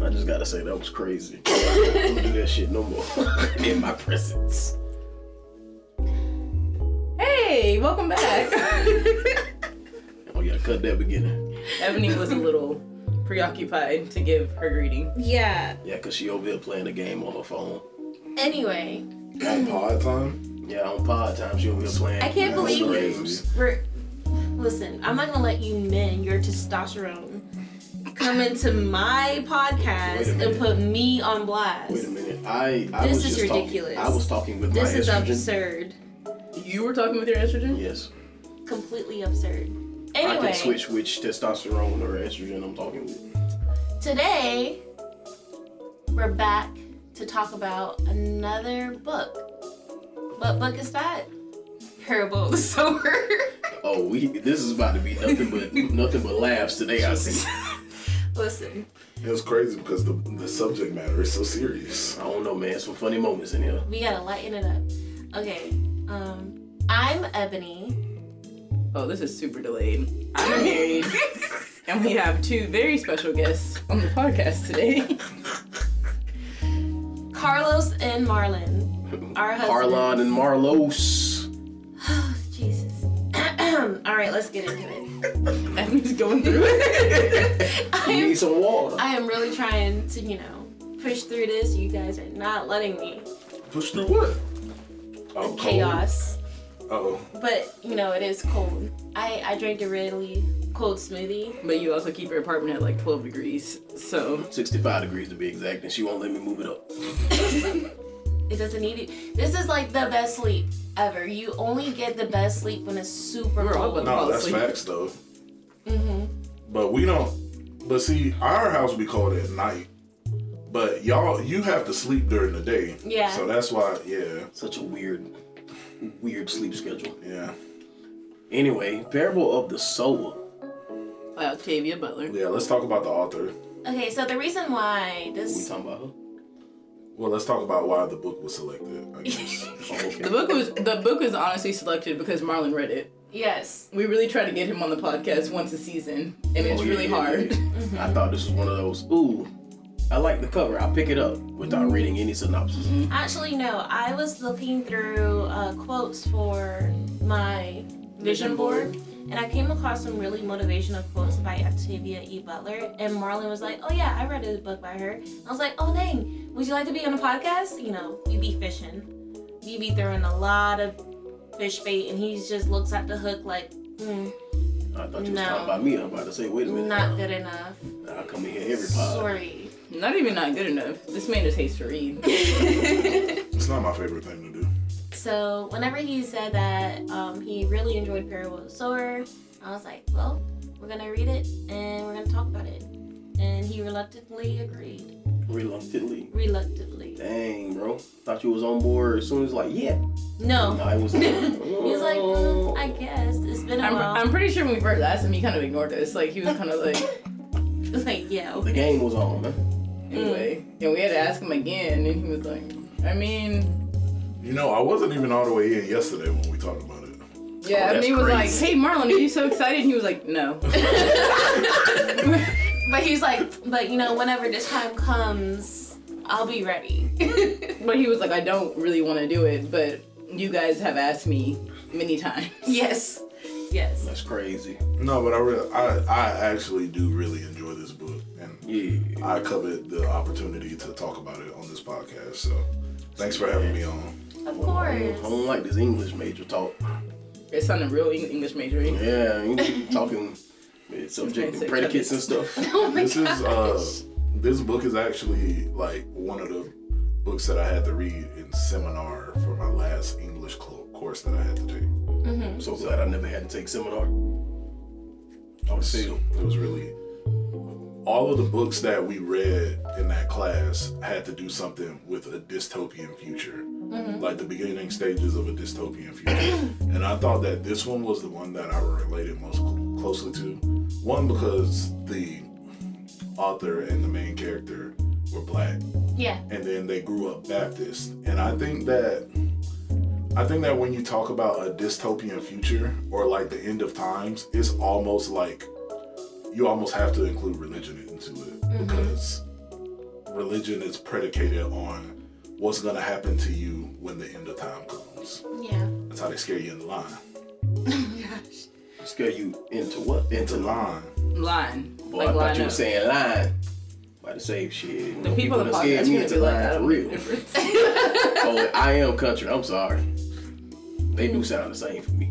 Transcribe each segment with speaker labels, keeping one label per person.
Speaker 1: I just gotta say that was crazy. I'm gonna do that shit no more in my presence.
Speaker 2: Hey, welcome back.
Speaker 1: Oh yeah, cut that beginning.
Speaker 2: Ebony was a little preoccupied to give her greeting.
Speaker 3: Yeah.
Speaker 1: Yeah, cause she over here playing a game on her phone.
Speaker 3: Anyway,
Speaker 4: On pod time?
Speaker 1: Yeah, on pod time she over here playing.
Speaker 3: I
Speaker 1: video
Speaker 3: can't believe you.
Speaker 1: games.
Speaker 3: We're, listen, I'm not gonna let you men your testosterone come into my
Speaker 1: Wait a
Speaker 3: podcast and
Speaker 1: minute.
Speaker 3: put me on
Speaker 1: Wait a
Speaker 3: blast.
Speaker 1: minute. I, I
Speaker 3: This
Speaker 1: was
Speaker 3: is
Speaker 1: just talking-
Speaker 3: ridiculous.
Speaker 1: I was talking with
Speaker 3: This
Speaker 1: my
Speaker 3: is
Speaker 1: estrogen.
Speaker 3: absurd.
Speaker 2: You were talking with your estrogen?
Speaker 1: Yes.
Speaker 3: Completely absurd.
Speaker 1: I can
Speaker 3: Anyway,
Speaker 1: switch which testosterone or estrogen I'm talking with.
Speaker 3: today we're back to talk about another book. What book is that? Parable of the Sower.
Speaker 1: Oh, we this is about to be nothing but nothing but laughs today. I see.
Speaker 3: listen,
Speaker 4: It was crazy because the, the subject matter is so serious.
Speaker 1: I don't know, man. Some funny moments in here.
Speaker 3: we gotta lighten it up. Okay, um, I'm Ebony.
Speaker 2: Oh, this is super delayed. I'm married. and we have two very special guests on the podcast today.
Speaker 3: Carlos and Marlon. Our husband.
Speaker 1: Carlon and Marlos.
Speaker 3: Jesus. All right, let's get into it.
Speaker 2: Ebony's going through it.
Speaker 3: I
Speaker 1: You
Speaker 3: am,
Speaker 1: need some water.
Speaker 3: I am really trying to, you know, push through this. You guys are not letting me.
Speaker 4: Push through what?
Speaker 1: Oh, cold.
Speaker 3: Chaos.
Speaker 4: Oh,
Speaker 3: But, you know, it is cold. I, I drank a really cold smoothie.
Speaker 2: but you also keep your apartment at like 12 degrees. So
Speaker 1: 65 degrees to be exact, and she won't let me move it up.
Speaker 3: It doesn't need it. This is like the best sleep ever. You only get the best sleep when it's super
Speaker 2: We're all
Speaker 3: cold.
Speaker 2: about-
Speaker 4: no,
Speaker 2: Fall
Speaker 4: that's
Speaker 2: asleep.
Speaker 4: facts though. Mm-hmm. But we don't. But see, our house be cold at night. But y'all, you have to sleep during the day.
Speaker 3: Yeah.
Speaker 4: So that's why, yeah,
Speaker 1: Such a weird, weird sleep schedule.
Speaker 4: yeah,
Speaker 1: Anyway, Parable of the Sower.
Speaker 2: by Octavia Butler.
Speaker 4: yeah. Let's talk about the author.
Speaker 3: Okay, so the reason why
Speaker 1: We
Speaker 3: this.
Speaker 1: talking about her?
Speaker 4: Well, let's talk about why the book was selected. I guess.
Speaker 1: Oh,
Speaker 2: The
Speaker 1: okay.
Speaker 2: book was the book was honestly selected because Marlon read it.
Speaker 3: Yes.
Speaker 2: We really try to get him on the podcast once a season, and it's
Speaker 1: Oh, yeah,
Speaker 2: really
Speaker 1: yeah,
Speaker 2: hard.
Speaker 1: yeah, yeah. I thought this was one of those, ooh, I like the cover, I'll pick it up without reading any synopsis.
Speaker 3: Actually, no. I was looking through uh, quotes for my vision board, and I came across some really motivational quotes by Octavia E. Butler. And Marlon was like, "Oh yeah, I read a book by her." I was like, "Oh dang, would you like to be on a podcast?" You know, we be fishing, we be throwing a lot of fish bait, and he just looks at the hook like, mm,
Speaker 1: I thought you was
Speaker 3: No.
Speaker 1: talking about me. I'm about to say, wait a minute.
Speaker 3: "Not good enough.
Speaker 1: I come in here every pod.
Speaker 3: Sorry."
Speaker 2: Not even not good enough. This man just hates to read.
Speaker 4: it's not my favorite thing to do.
Speaker 3: So whenever he said that um, he really enjoyed Parable of the Sower, I was like, well, we're gonna read it and we're gonna talk about it. And he reluctantly agreed.
Speaker 1: Reluctantly.
Speaker 3: Reluctantly.
Speaker 1: Dang, bro. Thought you was on board as soon as like, yeah. No,
Speaker 3: No.
Speaker 1: I was.
Speaker 3: He was Oh. like, mm, I guess it's been a
Speaker 2: I'm,
Speaker 3: while.
Speaker 2: I'm pretty sure when we first asked him, he kind of ignored us. Like he was kind of like
Speaker 3: It's like, yeah.
Speaker 1: the game was on, man.
Speaker 2: anyway, and we had to ask him again, and he was like, I mean,
Speaker 4: You know, I wasn't even all the way in yesterday when we talked about it.
Speaker 2: yeah.
Speaker 1: Oh,
Speaker 2: and
Speaker 1: that's
Speaker 2: he was like,
Speaker 1: crazy.
Speaker 2: Hey, Marlon, are you so excited? And he was like, No.
Speaker 3: But he's like, but you know, whenever this time comes, I'll be ready.
Speaker 2: but he was like, I don't really want to do it, but you guys have asked me many times.
Speaker 3: yes. Yes.
Speaker 1: That's crazy.
Speaker 4: No, but I really, I, I actually do really enjoy this book, and
Speaker 1: Yeah.
Speaker 4: I covet the opportunity to talk about it on this podcast. So, thanks for having me on.
Speaker 3: Of
Speaker 1: I
Speaker 3: course.
Speaker 1: don't like this English major talk.
Speaker 2: It sounded real Eng- English majoring.
Speaker 1: Yeah, you talking with subject and predicates and stuff.
Speaker 4: this is uh, this book is actually like one of the books that I had to read in seminar for my last English cl- course that I had to take.
Speaker 1: I'm so glad I never had to take seminar. I would say,
Speaker 4: So it was really all of the books that we read in that class had to do something with a dystopian future, like the beginning stages of a dystopian future. and I thought that this one was the one that I related most cl- closely to. One because the author and the main character were black,
Speaker 3: Yeah.
Speaker 4: and then they grew up Baptist. And I think that I think that when you talk about a dystopian future or like the end of times, it's
Speaker 2: Mm-hmm.
Speaker 4: almost like you almost have to include religion into it because religion is predicated on what's gonna happen to you when the end of time comes.
Speaker 3: Yeah. Oh
Speaker 4: That's how they scare you into line.
Speaker 2: Gosh.
Speaker 1: Scare you into what?
Speaker 4: Into line.
Speaker 2: Lying.
Speaker 1: Boy,
Speaker 2: like
Speaker 1: I
Speaker 2: lying
Speaker 1: thought you were
Speaker 2: up.
Speaker 1: saying lying. About to say shit.
Speaker 2: The people in the
Speaker 1: done scared
Speaker 2: podcast
Speaker 1: me
Speaker 2: gonna
Speaker 1: into
Speaker 2: be like,
Speaker 1: lying
Speaker 2: I
Speaker 1: for
Speaker 2: don't know the
Speaker 1: real.
Speaker 2: difference.
Speaker 1: oh, I am country. I'm sorry. They do sound the same for me.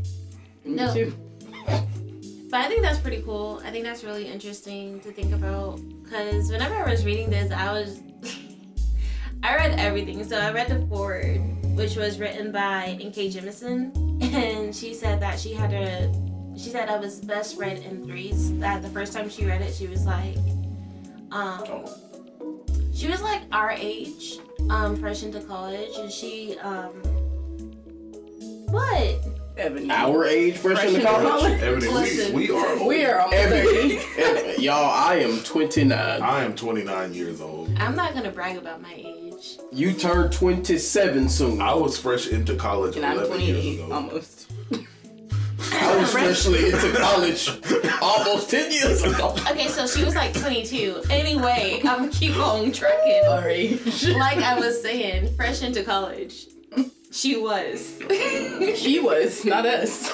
Speaker 2: Me
Speaker 3: No.
Speaker 2: too.
Speaker 3: But I think that's pretty cool. I think that's really interesting to think about because whenever I was reading this, I was. I read everything. So I read the forward, which was written by N.K. Jemisin, and she said that she had a. She said it was best read in threes. That the first time she read it, she was like, um,
Speaker 1: Oh,
Speaker 3: she was like our age, um, fresh into college, and she, um, what?
Speaker 2: Ebony.
Speaker 1: our age, fresh,
Speaker 2: Fresh
Speaker 1: into
Speaker 2: into
Speaker 1: college.
Speaker 2: college.
Speaker 4: Everything
Speaker 3: Listen.
Speaker 4: we, we are old.
Speaker 2: We are almost
Speaker 1: Ebony.
Speaker 2: 30.
Speaker 1: Ebony. uh, Y'all, I am 29.
Speaker 4: I am 29 years old.
Speaker 3: I'm not gonna brag about my age.
Speaker 1: You turn 27 soon.
Speaker 4: I was fresh into college
Speaker 2: And I'm Oh
Speaker 4: 11 years
Speaker 2: 28
Speaker 4: ago.
Speaker 2: almost.
Speaker 1: I was freshly into college almost 10 years ago.
Speaker 3: Okay, so she was like 22. Anyway, I'm gonna keep on trucking.
Speaker 2: Sorry.
Speaker 3: Like I was saying, fresh into college. She was.
Speaker 2: she was, not us.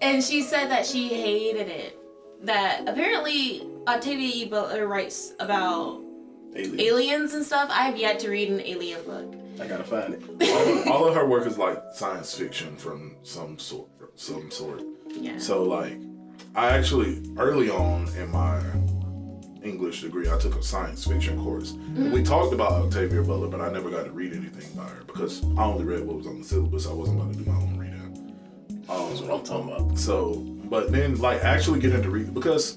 Speaker 3: and she said that she hated it. That apparently Octavia E. Butler writes about
Speaker 1: Alien.
Speaker 3: aliens and stuff. I have yet to read an alien book.
Speaker 1: I gotta find it.
Speaker 4: All of her work is like science fiction from some sort. Some sort.
Speaker 3: Yeah.
Speaker 4: So like, I actually early on in my English degree, I took a science fiction course. And we talked about Octavia Butler, but I never got to read anything by her because I only read what was on the syllabus. I wasn't about to do my own reading.
Speaker 1: That's
Speaker 4: Um,
Speaker 1: what I'm talking about.
Speaker 4: so, but then like actually getting to read because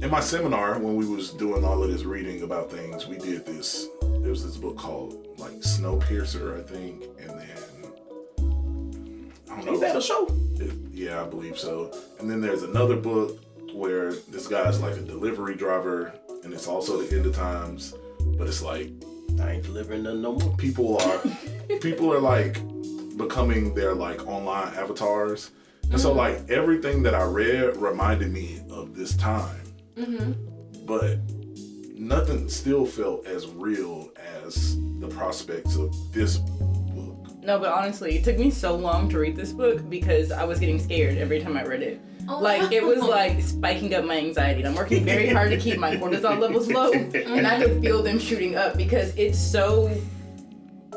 Speaker 4: in my seminar when we was doing all of this reading about things, we did this. There was this book called like Snowpiercer, I think, and then. I don't know.
Speaker 1: You better show.
Speaker 4: Yeah, I believe so. And then there's another book where this guy's like a delivery driver, and it's also the end of times, but it's like
Speaker 1: I ain't delivering nothing no more.
Speaker 4: people are people are like becoming their like online avatars. And
Speaker 3: Mm-hmm.
Speaker 4: so like everything that I read reminded me of this time.
Speaker 3: Mm-hmm.
Speaker 4: But nothing still felt as real as the prospects of this book.
Speaker 2: No, but honestly, it took me so long to read this book because I was getting scared every time I read it. Like it was like spiking up my anxiety. And I'm working very hard to keep my cortisol levels low, and I could feel them shooting up because it's so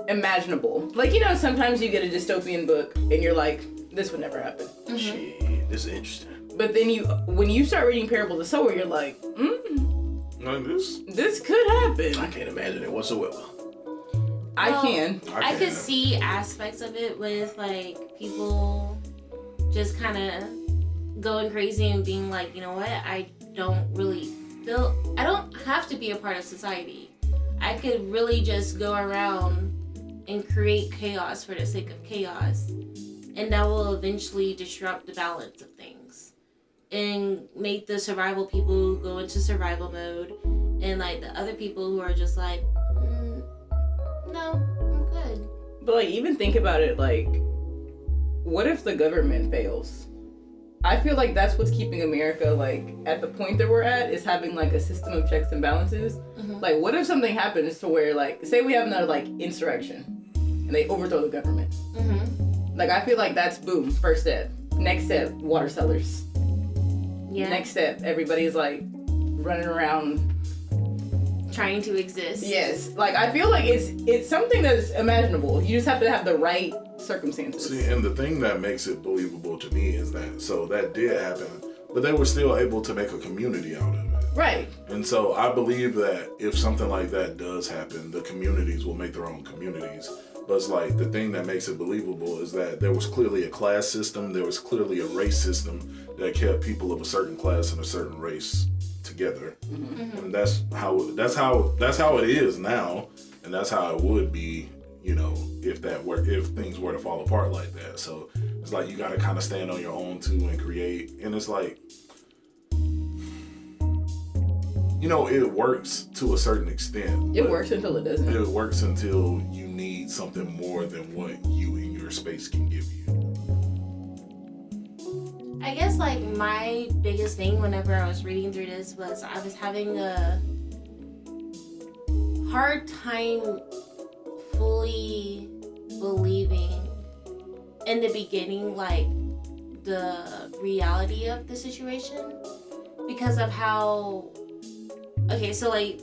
Speaker 2: imaginable. Like you know, sometimes you get a dystopian book and you're like, this would never happen.
Speaker 3: Mm-hmm.
Speaker 1: Shit, this is interesting.
Speaker 2: But then you, when you start reading Parable of the Sower, you're like, mm,
Speaker 4: Like this
Speaker 2: this could
Speaker 1: I
Speaker 2: happen.
Speaker 1: can't imagine it whatsoever.
Speaker 2: I
Speaker 3: Well,
Speaker 2: can.
Speaker 3: I could
Speaker 4: can't.
Speaker 3: see aspects of it with like people just kind of going crazy and being like, you know what? I don't really feel I don't have to be a part of society. I could really just go around and create chaos for the sake of chaos, and that will eventually disrupt the balance of things and make the survival people go into survival mode, and like the other people who are just like, mm, no, I'm good.
Speaker 2: But like even think about it like what if the government fails? I feel like that's what's keeping America like at the point that we're at is having like a system of checks and balances. Like what if something happens to where like say we have another like insurrection and they overthrow the government.
Speaker 3: Mm-hmm.
Speaker 2: Like I feel like that's boom, first step. Next step, water sellers.
Speaker 3: Yeah.
Speaker 2: Next step, everybody's like running around
Speaker 3: Trying to exist.
Speaker 2: Yes, like I feel like it's it's something that's imaginable. You just have to have the right circumstances.
Speaker 4: See, and the thing that makes it believable to me is that so that did happen, but they were still able to make a community out of it.
Speaker 2: Right.
Speaker 4: And so I believe that if something like that does happen, the communities will make their own communities. But it's like the thing that makes it believable is that there was clearly a class system, there was clearly a race system that kept people of a certain class and a certain race together. And that's how that's how that's how it is now, and that's how it would be, you know, if that were if things were to fall apart like that. So it's like you got to kind of stand on your own too and create. And it's like you know, it works to a certain extent.
Speaker 2: It
Speaker 4: but
Speaker 2: works until it doesn't.
Speaker 4: It works until you need something more than what you and your space can give you.
Speaker 3: I I guess like my biggest thing whenever I was reading through this was I was having a hard time fully believing in the beginning like the reality of the situation because of how okay so like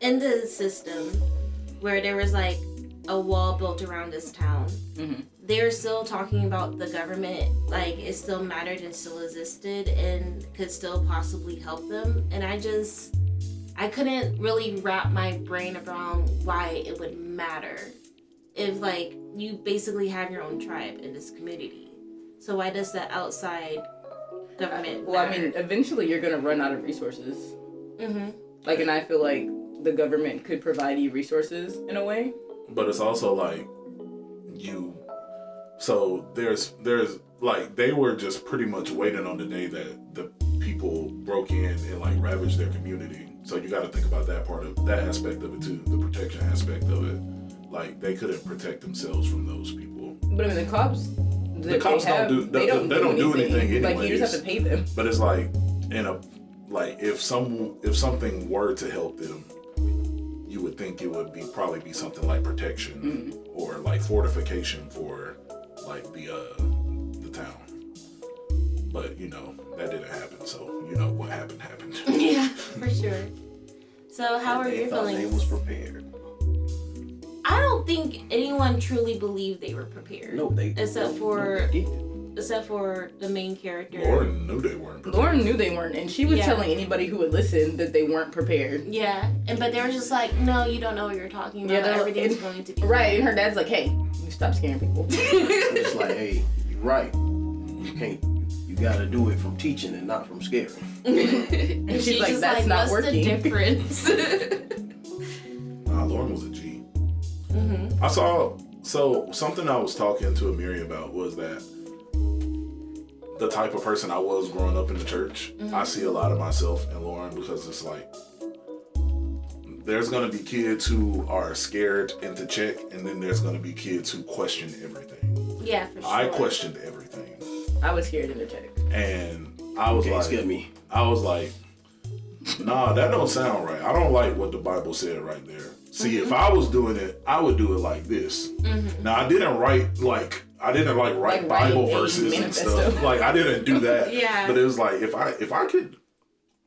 Speaker 3: in the system where there was like a wall built around this town
Speaker 2: Mhm.
Speaker 3: they're still talking about the government like it still mattered and still existed and could still possibly help them and i just i couldn't really wrap my brain around why it would matter if like you basically have your own tribe in this community so why does the outside government
Speaker 2: Well, I mean, eventually you're gonna run out of resources.
Speaker 3: hmm
Speaker 2: Like, and I feel like the government could provide you resources in a way.
Speaker 4: but it's also like you so there's there's like they were just pretty much waiting on the day that the people broke in and like ravaged their community so you got to think about that part of that aspect of it too the protection aspect of it like they couldn't protect themselves from those people
Speaker 2: But I mean, the cops. that they
Speaker 4: cops don't
Speaker 2: have,
Speaker 4: do-
Speaker 2: They
Speaker 4: they-
Speaker 2: don't,
Speaker 4: they
Speaker 2: do
Speaker 4: don't do anything
Speaker 2: Like you just have to pay them.
Speaker 4: but it's like in a like if some if something were to help them you would think it would be probably be something like protection or like fortification for like the uh the town but you know that didn't happen so you know what happened happened
Speaker 3: yeah for sure so how are
Speaker 1: they
Speaker 3: your
Speaker 1: thought
Speaker 3: feelings
Speaker 1: they was prepared.
Speaker 3: I don't think anyone truly believed they were prepared.
Speaker 1: No, they no,
Speaker 3: Except for-
Speaker 1: no, they didn't.
Speaker 3: Except for the main character.
Speaker 4: lauren knew they weren't prepared.
Speaker 2: Lauren knew they weren't, and she was
Speaker 3: Yeah.
Speaker 2: telling anybody who would listen that they weren't prepared.
Speaker 3: Yeah, and but they were just like, no, you don't know what you're talking about.
Speaker 2: Yeah, they're-
Speaker 3: Everything's going to be
Speaker 2: Right, and her dad's like, "Hey, you stop scaring people."
Speaker 1: It's like, hey, you're right. You can't. You gotta do it from teaching and not from scaring.
Speaker 3: and
Speaker 2: she's like,
Speaker 3: just
Speaker 2: "That's not
Speaker 3: what's
Speaker 2: working."
Speaker 3: the difference?
Speaker 4: Nah, Lauren was a G.
Speaker 3: Mhm.
Speaker 4: I saw so something I was talking to Amiri about was that the type of person I was growing up in the church, I see a lot of myself in Lauren because it's like there's gonna be kids who are scared into check, and then there's gonna be kids who question everything.
Speaker 3: yeah, for sure.
Speaker 4: I questioned everything,
Speaker 2: I was scared in the check.
Speaker 4: and I was
Speaker 1: Can't
Speaker 4: like,
Speaker 1: scare me.
Speaker 4: I was like, nah, that don't sound right. I don't like what the Bible said right there. See, if I was doing it, I would do it like this. Now I didn't write like I didn't like write
Speaker 2: Like, write
Speaker 4: Bible
Speaker 2: a
Speaker 4: verses and
Speaker 2: manifesto.
Speaker 4: stuff. Like I didn't do that.
Speaker 3: Yeah.
Speaker 4: But it was like if I if I could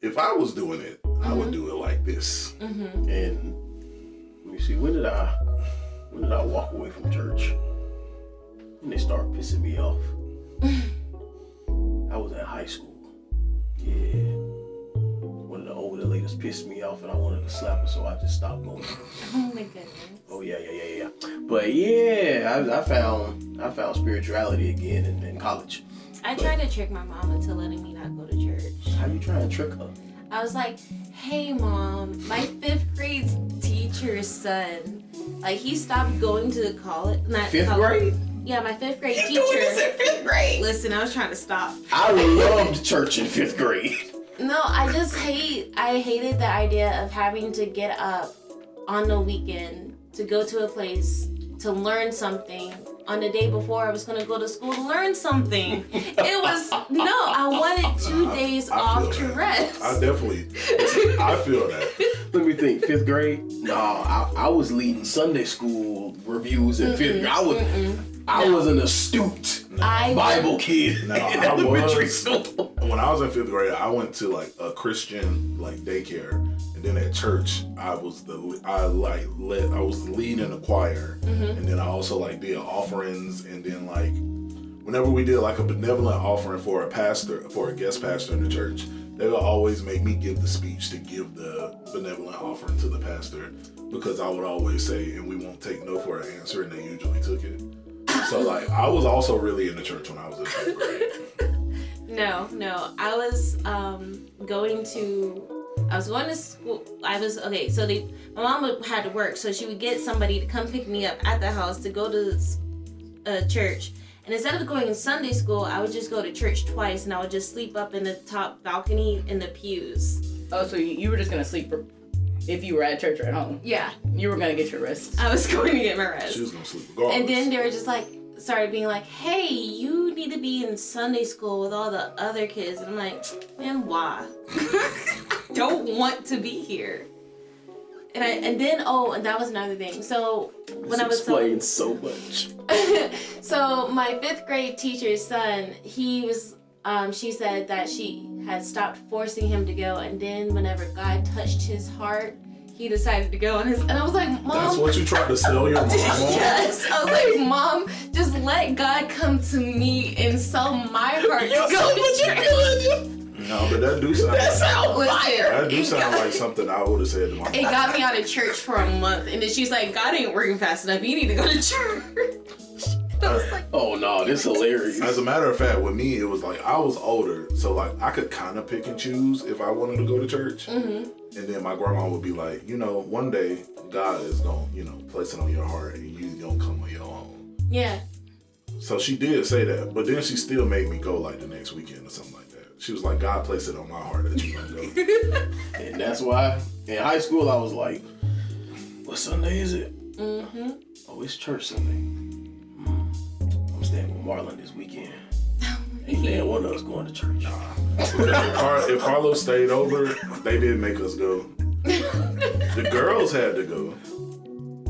Speaker 4: if I was doing it, I would do it like this.
Speaker 1: And let me see, when did I when did I walk away from church? And they start pissing me off. I was in high school. Yeah. One of the older ladies pissed me off and I wanted to slap her, so I just stopped going.
Speaker 3: Oh my goodness.
Speaker 1: Oh yeah, yeah, yeah, yeah. But yeah, I, I found I found spirituality again in, in college.
Speaker 3: I tried to trick my mom into letting me not go to church.
Speaker 1: How you trying to trick her?
Speaker 3: I was like, hey mom, my fifth grade teacher's son, like he stopped going to college. Not
Speaker 1: Fifth
Speaker 3: college-
Speaker 1: grade?
Speaker 3: Yeah, my fifth grade teacher.
Speaker 1: fifth grade.
Speaker 3: Listen, I was trying to stop.
Speaker 1: I loved church in fifth grade.
Speaker 3: No, I just hate. I hated the idea of having to get up on the weekend to go to a place to learn something. On the day before, I was gonna go to school to learn something. It was no. I wanted two
Speaker 4: I-
Speaker 3: days
Speaker 4: I
Speaker 3: off to
Speaker 4: feel that.
Speaker 3: rest.
Speaker 4: I definitely I feel that.
Speaker 1: Let me think. Fifth grade? No, I, I was leading Sunday school reviews in fifth grade. I was I was an astute
Speaker 3: I-
Speaker 1: Bible kid
Speaker 4: No,
Speaker 1: in
Speaker 4: I
Speaker 1: elementary
Speaker 4: was.
Speaker 1: school.
Speaker 4: When I was in fifth grade, I went to like a Christian like daycare, and then at church, I was the I like led I was the lead in the choir, and then I also like did offerings, and then like whenever we did like a benevolent offering for a pastor for a guest pastor in the church, they would always make me give the speech to give the benevolent offering to the pastor because I would always say, and we won't take no for an answer, and they usually took it. So like I was also really in the church when I was in fifth grade.
Speaker 3: No, no. I was um going to I was going to school. I was okay, so they my mom would- had to work, so she would get somebody to come pick me up at the house to go to s- uh, church. And instead of going to Sunday school, I would just go to church twice and I would just sleep up in the top balcony in the pews.
Speaker 2: Oh, so you, you were just gonna sleep if you were at church or at home.
Speaker 3: Yeah.
Speaker 2: You were gonna get your rest.
Speaker 3: I was going to get my rest.
Speaker 4: She was gonna sleep regardless.
Speaker 3: And then they were just like, started being like, "Hey, you need to be in Sunday school with all the other kids," and I'm like, "Man, why? Don't want to be here." And I and then oh, and that was another thing. So when I was so,
Speaker 1: explains so much.
Speaker 3: so my fifth grade teacher's son, he was. Um, she said that she had stopped forcing him to go, and then whenever God touched his heart, he decided to go. And his and I was like, Mom.
Speaker 4: That's what you tried to sell your mom on.
Speaker 3: Yes, I was like, Mom, just let God come to me and sell my heart. to go to church.
Speaker 4: No, but that do sound. That
Speaker 3: Listen,
Speaker 4: do
Speaker 3: it
Speaker 4: sound
Speaker 3: got-
Speaker 4: like something I would have said to my
Speaker 3: It
Speaker 4: mom.
Speaker 3: got me out of church for a month, and then she's like, "God ain't working fast enough. You need to go to church." I was like,
Speaker 1: Oh no, this hilarious.
Speaker 4: As a matter of fact, with me, it was like I was older, so like I could kind of pick and choose if I wanted to go to church. And then my grandma would be like, you know, one day God is gonna, you know, place it on your heart, and you gonna come on your own.
Speaker 3: "Yeah,
Speaker 4: So she did say that, but then she still made me go like the next weekend or something like that. She was like, God placed it on my heart that you gonna go.
Speaker 1: And that's why in high school I was like, what Sunday is it?
Speaker 3: Mm-hmm.
Speaker 1: Oh, it's church Sunday. Hmm. I'm staying with Marlon this weekend. Ain't man one of us going to church.
Speaker 4: if, Car- if Carlos stayed over, they did make us go. the girls had to go.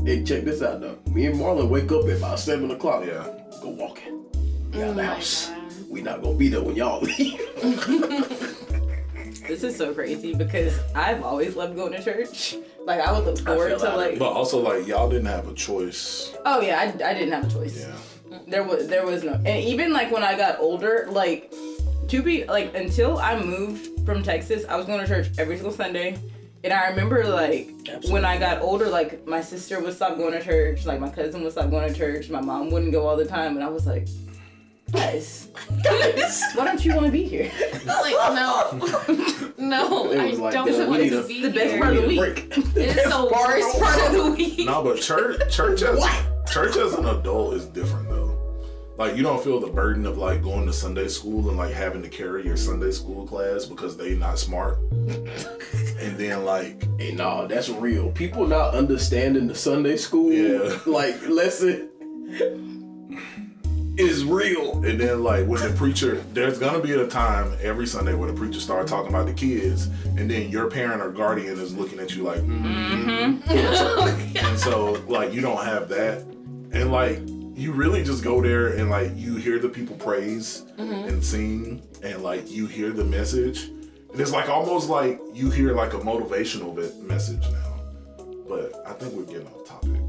Speaker 1: Hey, check this out though. Me and Marlon wake up at about seven o'clock.
Speaker 4: Yeah.
Speaker 1: Go walking. We out
Speaker 2: Mm.
Speaker 3: my
Speaker 1: the house.
Speaker 3: God.
Speaker 1: We not gonna be there when y'all leave.
Speaker 2: This is so crazy because I've always loved going to church. Like I would look
Speaker 1: feel
Speaker 2: forward to
Speaker 1: that.
Speaker 2: like.
Speaker 4: But also, like, y'all didn't have a choice.
Speaker 2: Oh yeah, I, I didn't have a choice.
Speaker 4: Yeah.
Speaker 2: There was there was no, and even like when I got older, like to be like until I moved from Texas, I was going to church every single Sunday, and I remember like when I got older, like my sister would stop going to church, like my cousin would stop going to church, my mom wouldn't go all the time, and I was like, guys, guys, why don't you want to be here?
Speaker 3: I was like no, no,
Speaker 1: It was
Speaker 3: I
Speaker 1: like,
Speaker 3: don't
Speaker 1: "Yo,
Speaker 3: want
Speaker 1: we need
Speaker 3: to
Speaker 1: a-
Speaker 3: be
Speaker 2: The best
Speaker 3: here.
Speaker 2: part of the
Speaker 1: We need
Speaker 2: week.
Speaker 1: a break.
Speaker 3: It's the worst part of the week."
Speaker 4: No, but church, church as church as an adult is different though. Like you don't feel the burden of like going to Sunday school and like having to carry your Sunday school class because they not smart. and then like
Speaker 1: Hey, no, that's real. People not understanding the Sunday school
Speaker 4: Yeah.
Speaker 1: like lesson is real.
Speaker 4: and then like when the preacher, there's gonna be a time every Sunday where the preacher start talking about the kids, and then your parent or guardian is looking at you like, mm-hmm.
Speaker 3: Mm-hmm.
Speaker 4: and so like you don't have that, and like you really just go there and like you hear the people praise
Speaker 3: Mm-hmm.
Speaker 4: and sing, and like you hear the message, and it's like almost like you hear like a motivational ve- message now, but I think we're getting off topic.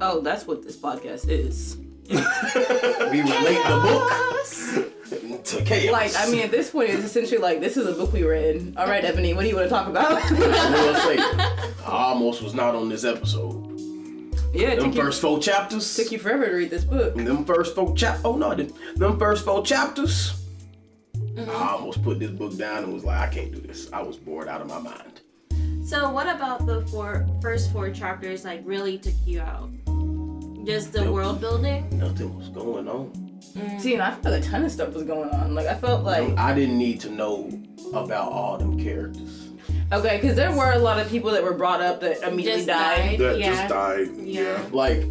Speaker 2: Oh, that's what this podcast is.
Speaker 1: We relate the book to chaos.
Speaker 2: Like, I mean, at this point, it's essentially like this is a book we read. All right, Ebony, what do you want to talk about?
Speaker 1: I will say, I almost was not on this episode.
Speaker 2: yeah, it
Speaker 1: Them
Speaker 2: took you,
Speaker 1: first four chapters.
Speaker 2: took you forever to read this book.
Speaker 1: Them first four chap. Oh no, I didn't. them first four chapters.
Speaker 2: Mm-hmm.
Speaker 1: I almost put this book down and was like, I can't do this. I was bored out of my mind.
Speaker 3: So what about the four first four chapters like really took you out? Just the world building?
Speaker 1: Nothing was going on.
Speaker 2: See, and I felt a ton of stuff was going on. Like, I felt like
Speaker 1: I didn't need to know about all them characters.
Speaker 2: okay, because there were a lot of people that were brought up that immediately
Speaker 3: Just
Speaker 2: died.
Speaker 3: died.
Speaker 4: That
Speaker 3: yeah.
Speaker 4: just died.
Speaker 3: Yeah.
Speaker 1: Like,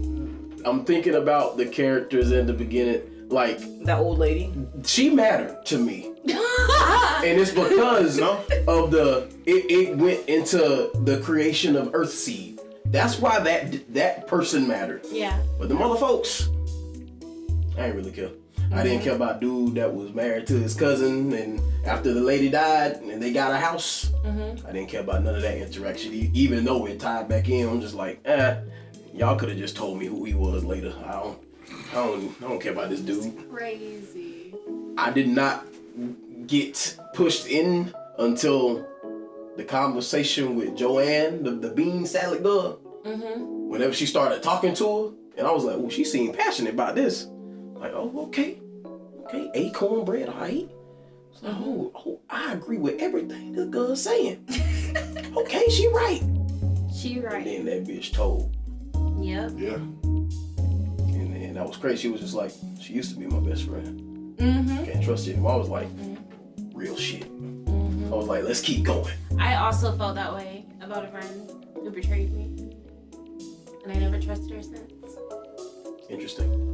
Speaker 1: I'm thinking about the characters in the beginning. Like,
Speaker 2: That old lady.
Speaker 1: she mattered to me.
Speaker 3: Ah.
Speaker 1: and it's because of the it, it went into the creation of Earthseed. That's why that that person mattered.
Speaker 3: Yeah.
Speaker 1: But the mother folks, I ain't really care. I didn't care about dude that was married to his cousin, and after the lady died, and they got a house. I didn't care about none of that interaction, e- even though it tied back in. I'm just like, eh, y'all could have just told me who he was later. I don't, I don't, I don't care about this dude.
Speaker 3: Crazy.
Speaker 1: I did not get pushed in until the conversation with Joanne, the, the bean salad girl.
Speaker 3: Mm-hmm.
Speaker 1: Whenever she started talking to her, and I was like, well, she seemed passionate about this. Like, oh, okay. Okay, acorn bread, all right. So,
Speaker 3: Mm-hmm.
Speaker 1: oh, oh, I agree with everything this girl's saying. okay, she right.
Speaker 3: She right.
Speaker 1: Then that bitch told.
Speaker 3: Yep.
Speaker 4: Yeah.
Speaker 1: And then that was crazy. She was just like, she used to be my best friend.
Speaker 3: hmm
Speaker 1: can't trust you anymore. I was like, real shit. I was like, let's keep going.
Speaker 3: I also felt that way about a friend who betrayed me. And I never trusted her since.
Speaker 1: Interesting.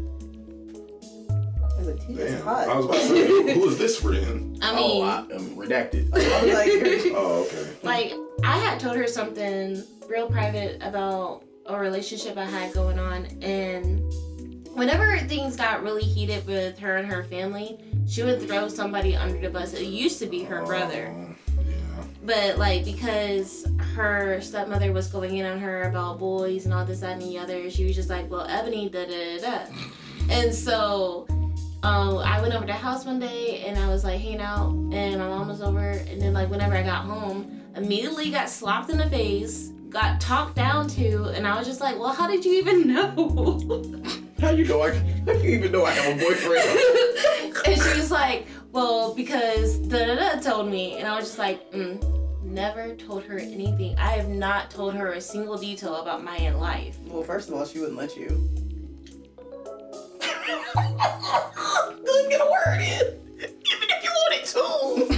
Speaker 5: I was like, dude, that's
Speaker 4: Damn.
Speaker 5: hot.
Speaker 4: I was about to say, who who is this friend?
Speaker 3: I
Speaker 1: oh,
Speaker 3: mean,
Speaker 1: I, I'm redacted.
Speaker 5: I was like,
Speaker 4: Oh, okay.
Speaker 3: like I had told her something real private about a relationship I had going on, and whenever things got really heated with her and her family, she would throw somebody under the bus. It used to be her brother,
Speaker 4: Oh, yeah.
Speaker 3: but like because her stepmother was going in on her about boys and all this that and the other, she was just like, "Well, Ebony, da da da,", da. and so. Um, I went over to the house one day and I was like hanging out and my mom was over and then like whenever I got home, immediately got slapped in the face, got talked down to, and I was just like, Well, how did you even know?
Speaker 1: How you know I? How you even know I have a boyfriend?
Speaker 3: and she was like, Well, because da da da told me and I was just like, mm, never told her anything. I have not told her a single detail about my life.
Speaker 5: well, first of all, she wouldn't let you.
Speaker 1: Let's get a word in. Even if you want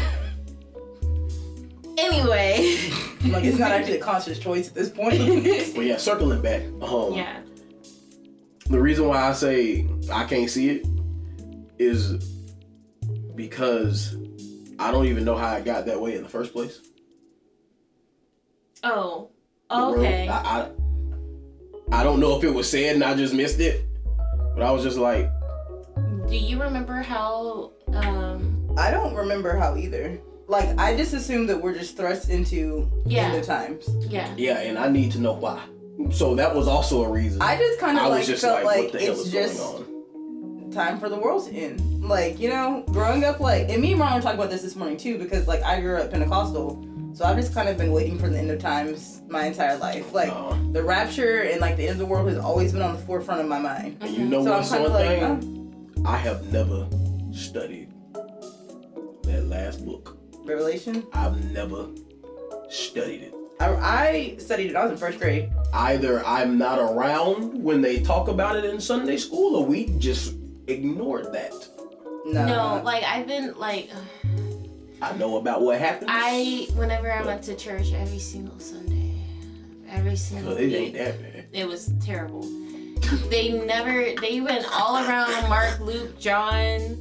Speaker 1: it
Speaker 3: Anyway.
Speaker 5: Like, it's not actually a conscious choice at this point.
Speaker 1: too. But yeah, circling back. Um,
Speaker 3: yeah.
Speaker 1: The reason why I say I can't see it is because I don't even know how it got that way in the first place.
Speaker 3: Oh.
Speaker 1: the road.
Speaker 3: Okay.
Speaker 1: I, I I don't know if it was said and I just missed it, but I was just like,
Speaker 3: Do you remember how um
Speaker 5: I don't remember how either. Like, I just assume that we're just thrust into
Speaker 3: Yeah.
Speaker 5: other times.
Speaker 3: Yeah.
Speaker 1: yeah, and I need to know why. So that was also a reason.
Speaker 5: I just kind
Speaker 1: I
Speaker 5: of
Speaker 1: was
Speaker 5: like
Speaker 1: just
Speaker 5: felt
Speaker 1: like,
Speaker 5: like,
Speaker 1: what the hell
Speaker 5: it's
Speaker 1: is
Speaker 5: just
Speaker 1: going on?
Speaker 5: time for the world to end. Like, you know, growing up, like, and me and Ron were talking about this this morning too, because, like, I grew up Pentecostal, so I've just kind of been waiting for the end of times my entire life. Like,
Speaker 1: Uh,
Speaker 5: the rapture and, like, the end of the world has always been on the forefront of my mind.
Speaker 1: and you know
Speaker 5: Mm-hmm. So I'm
Speaker 1: what's
Speaker 5: kind of like,
Speaker 1: one
Speaker 5: huh?
Speaker 1: thing? I have never studied that last book.
Speaker 5: Revelation?
Speaker 1: I've never studied it.
Speaker 5: I, I studied it, I was in first grade.
Speaker 1: Either I'm not around when they talk about it in Sunday school, or we just ignored that.
Speaker 5: No.
Speaker 3: No, like I've been like
Speaker 1: I know about what happens.
Speaker 3: I whenever I went to church every single Sunday, every single
Speaker 1: But it ain't
Speaker 3: week,
Speaker 1: that bad.
Speaker 3: it was terrible. they never they went all around Mark, Luke, John,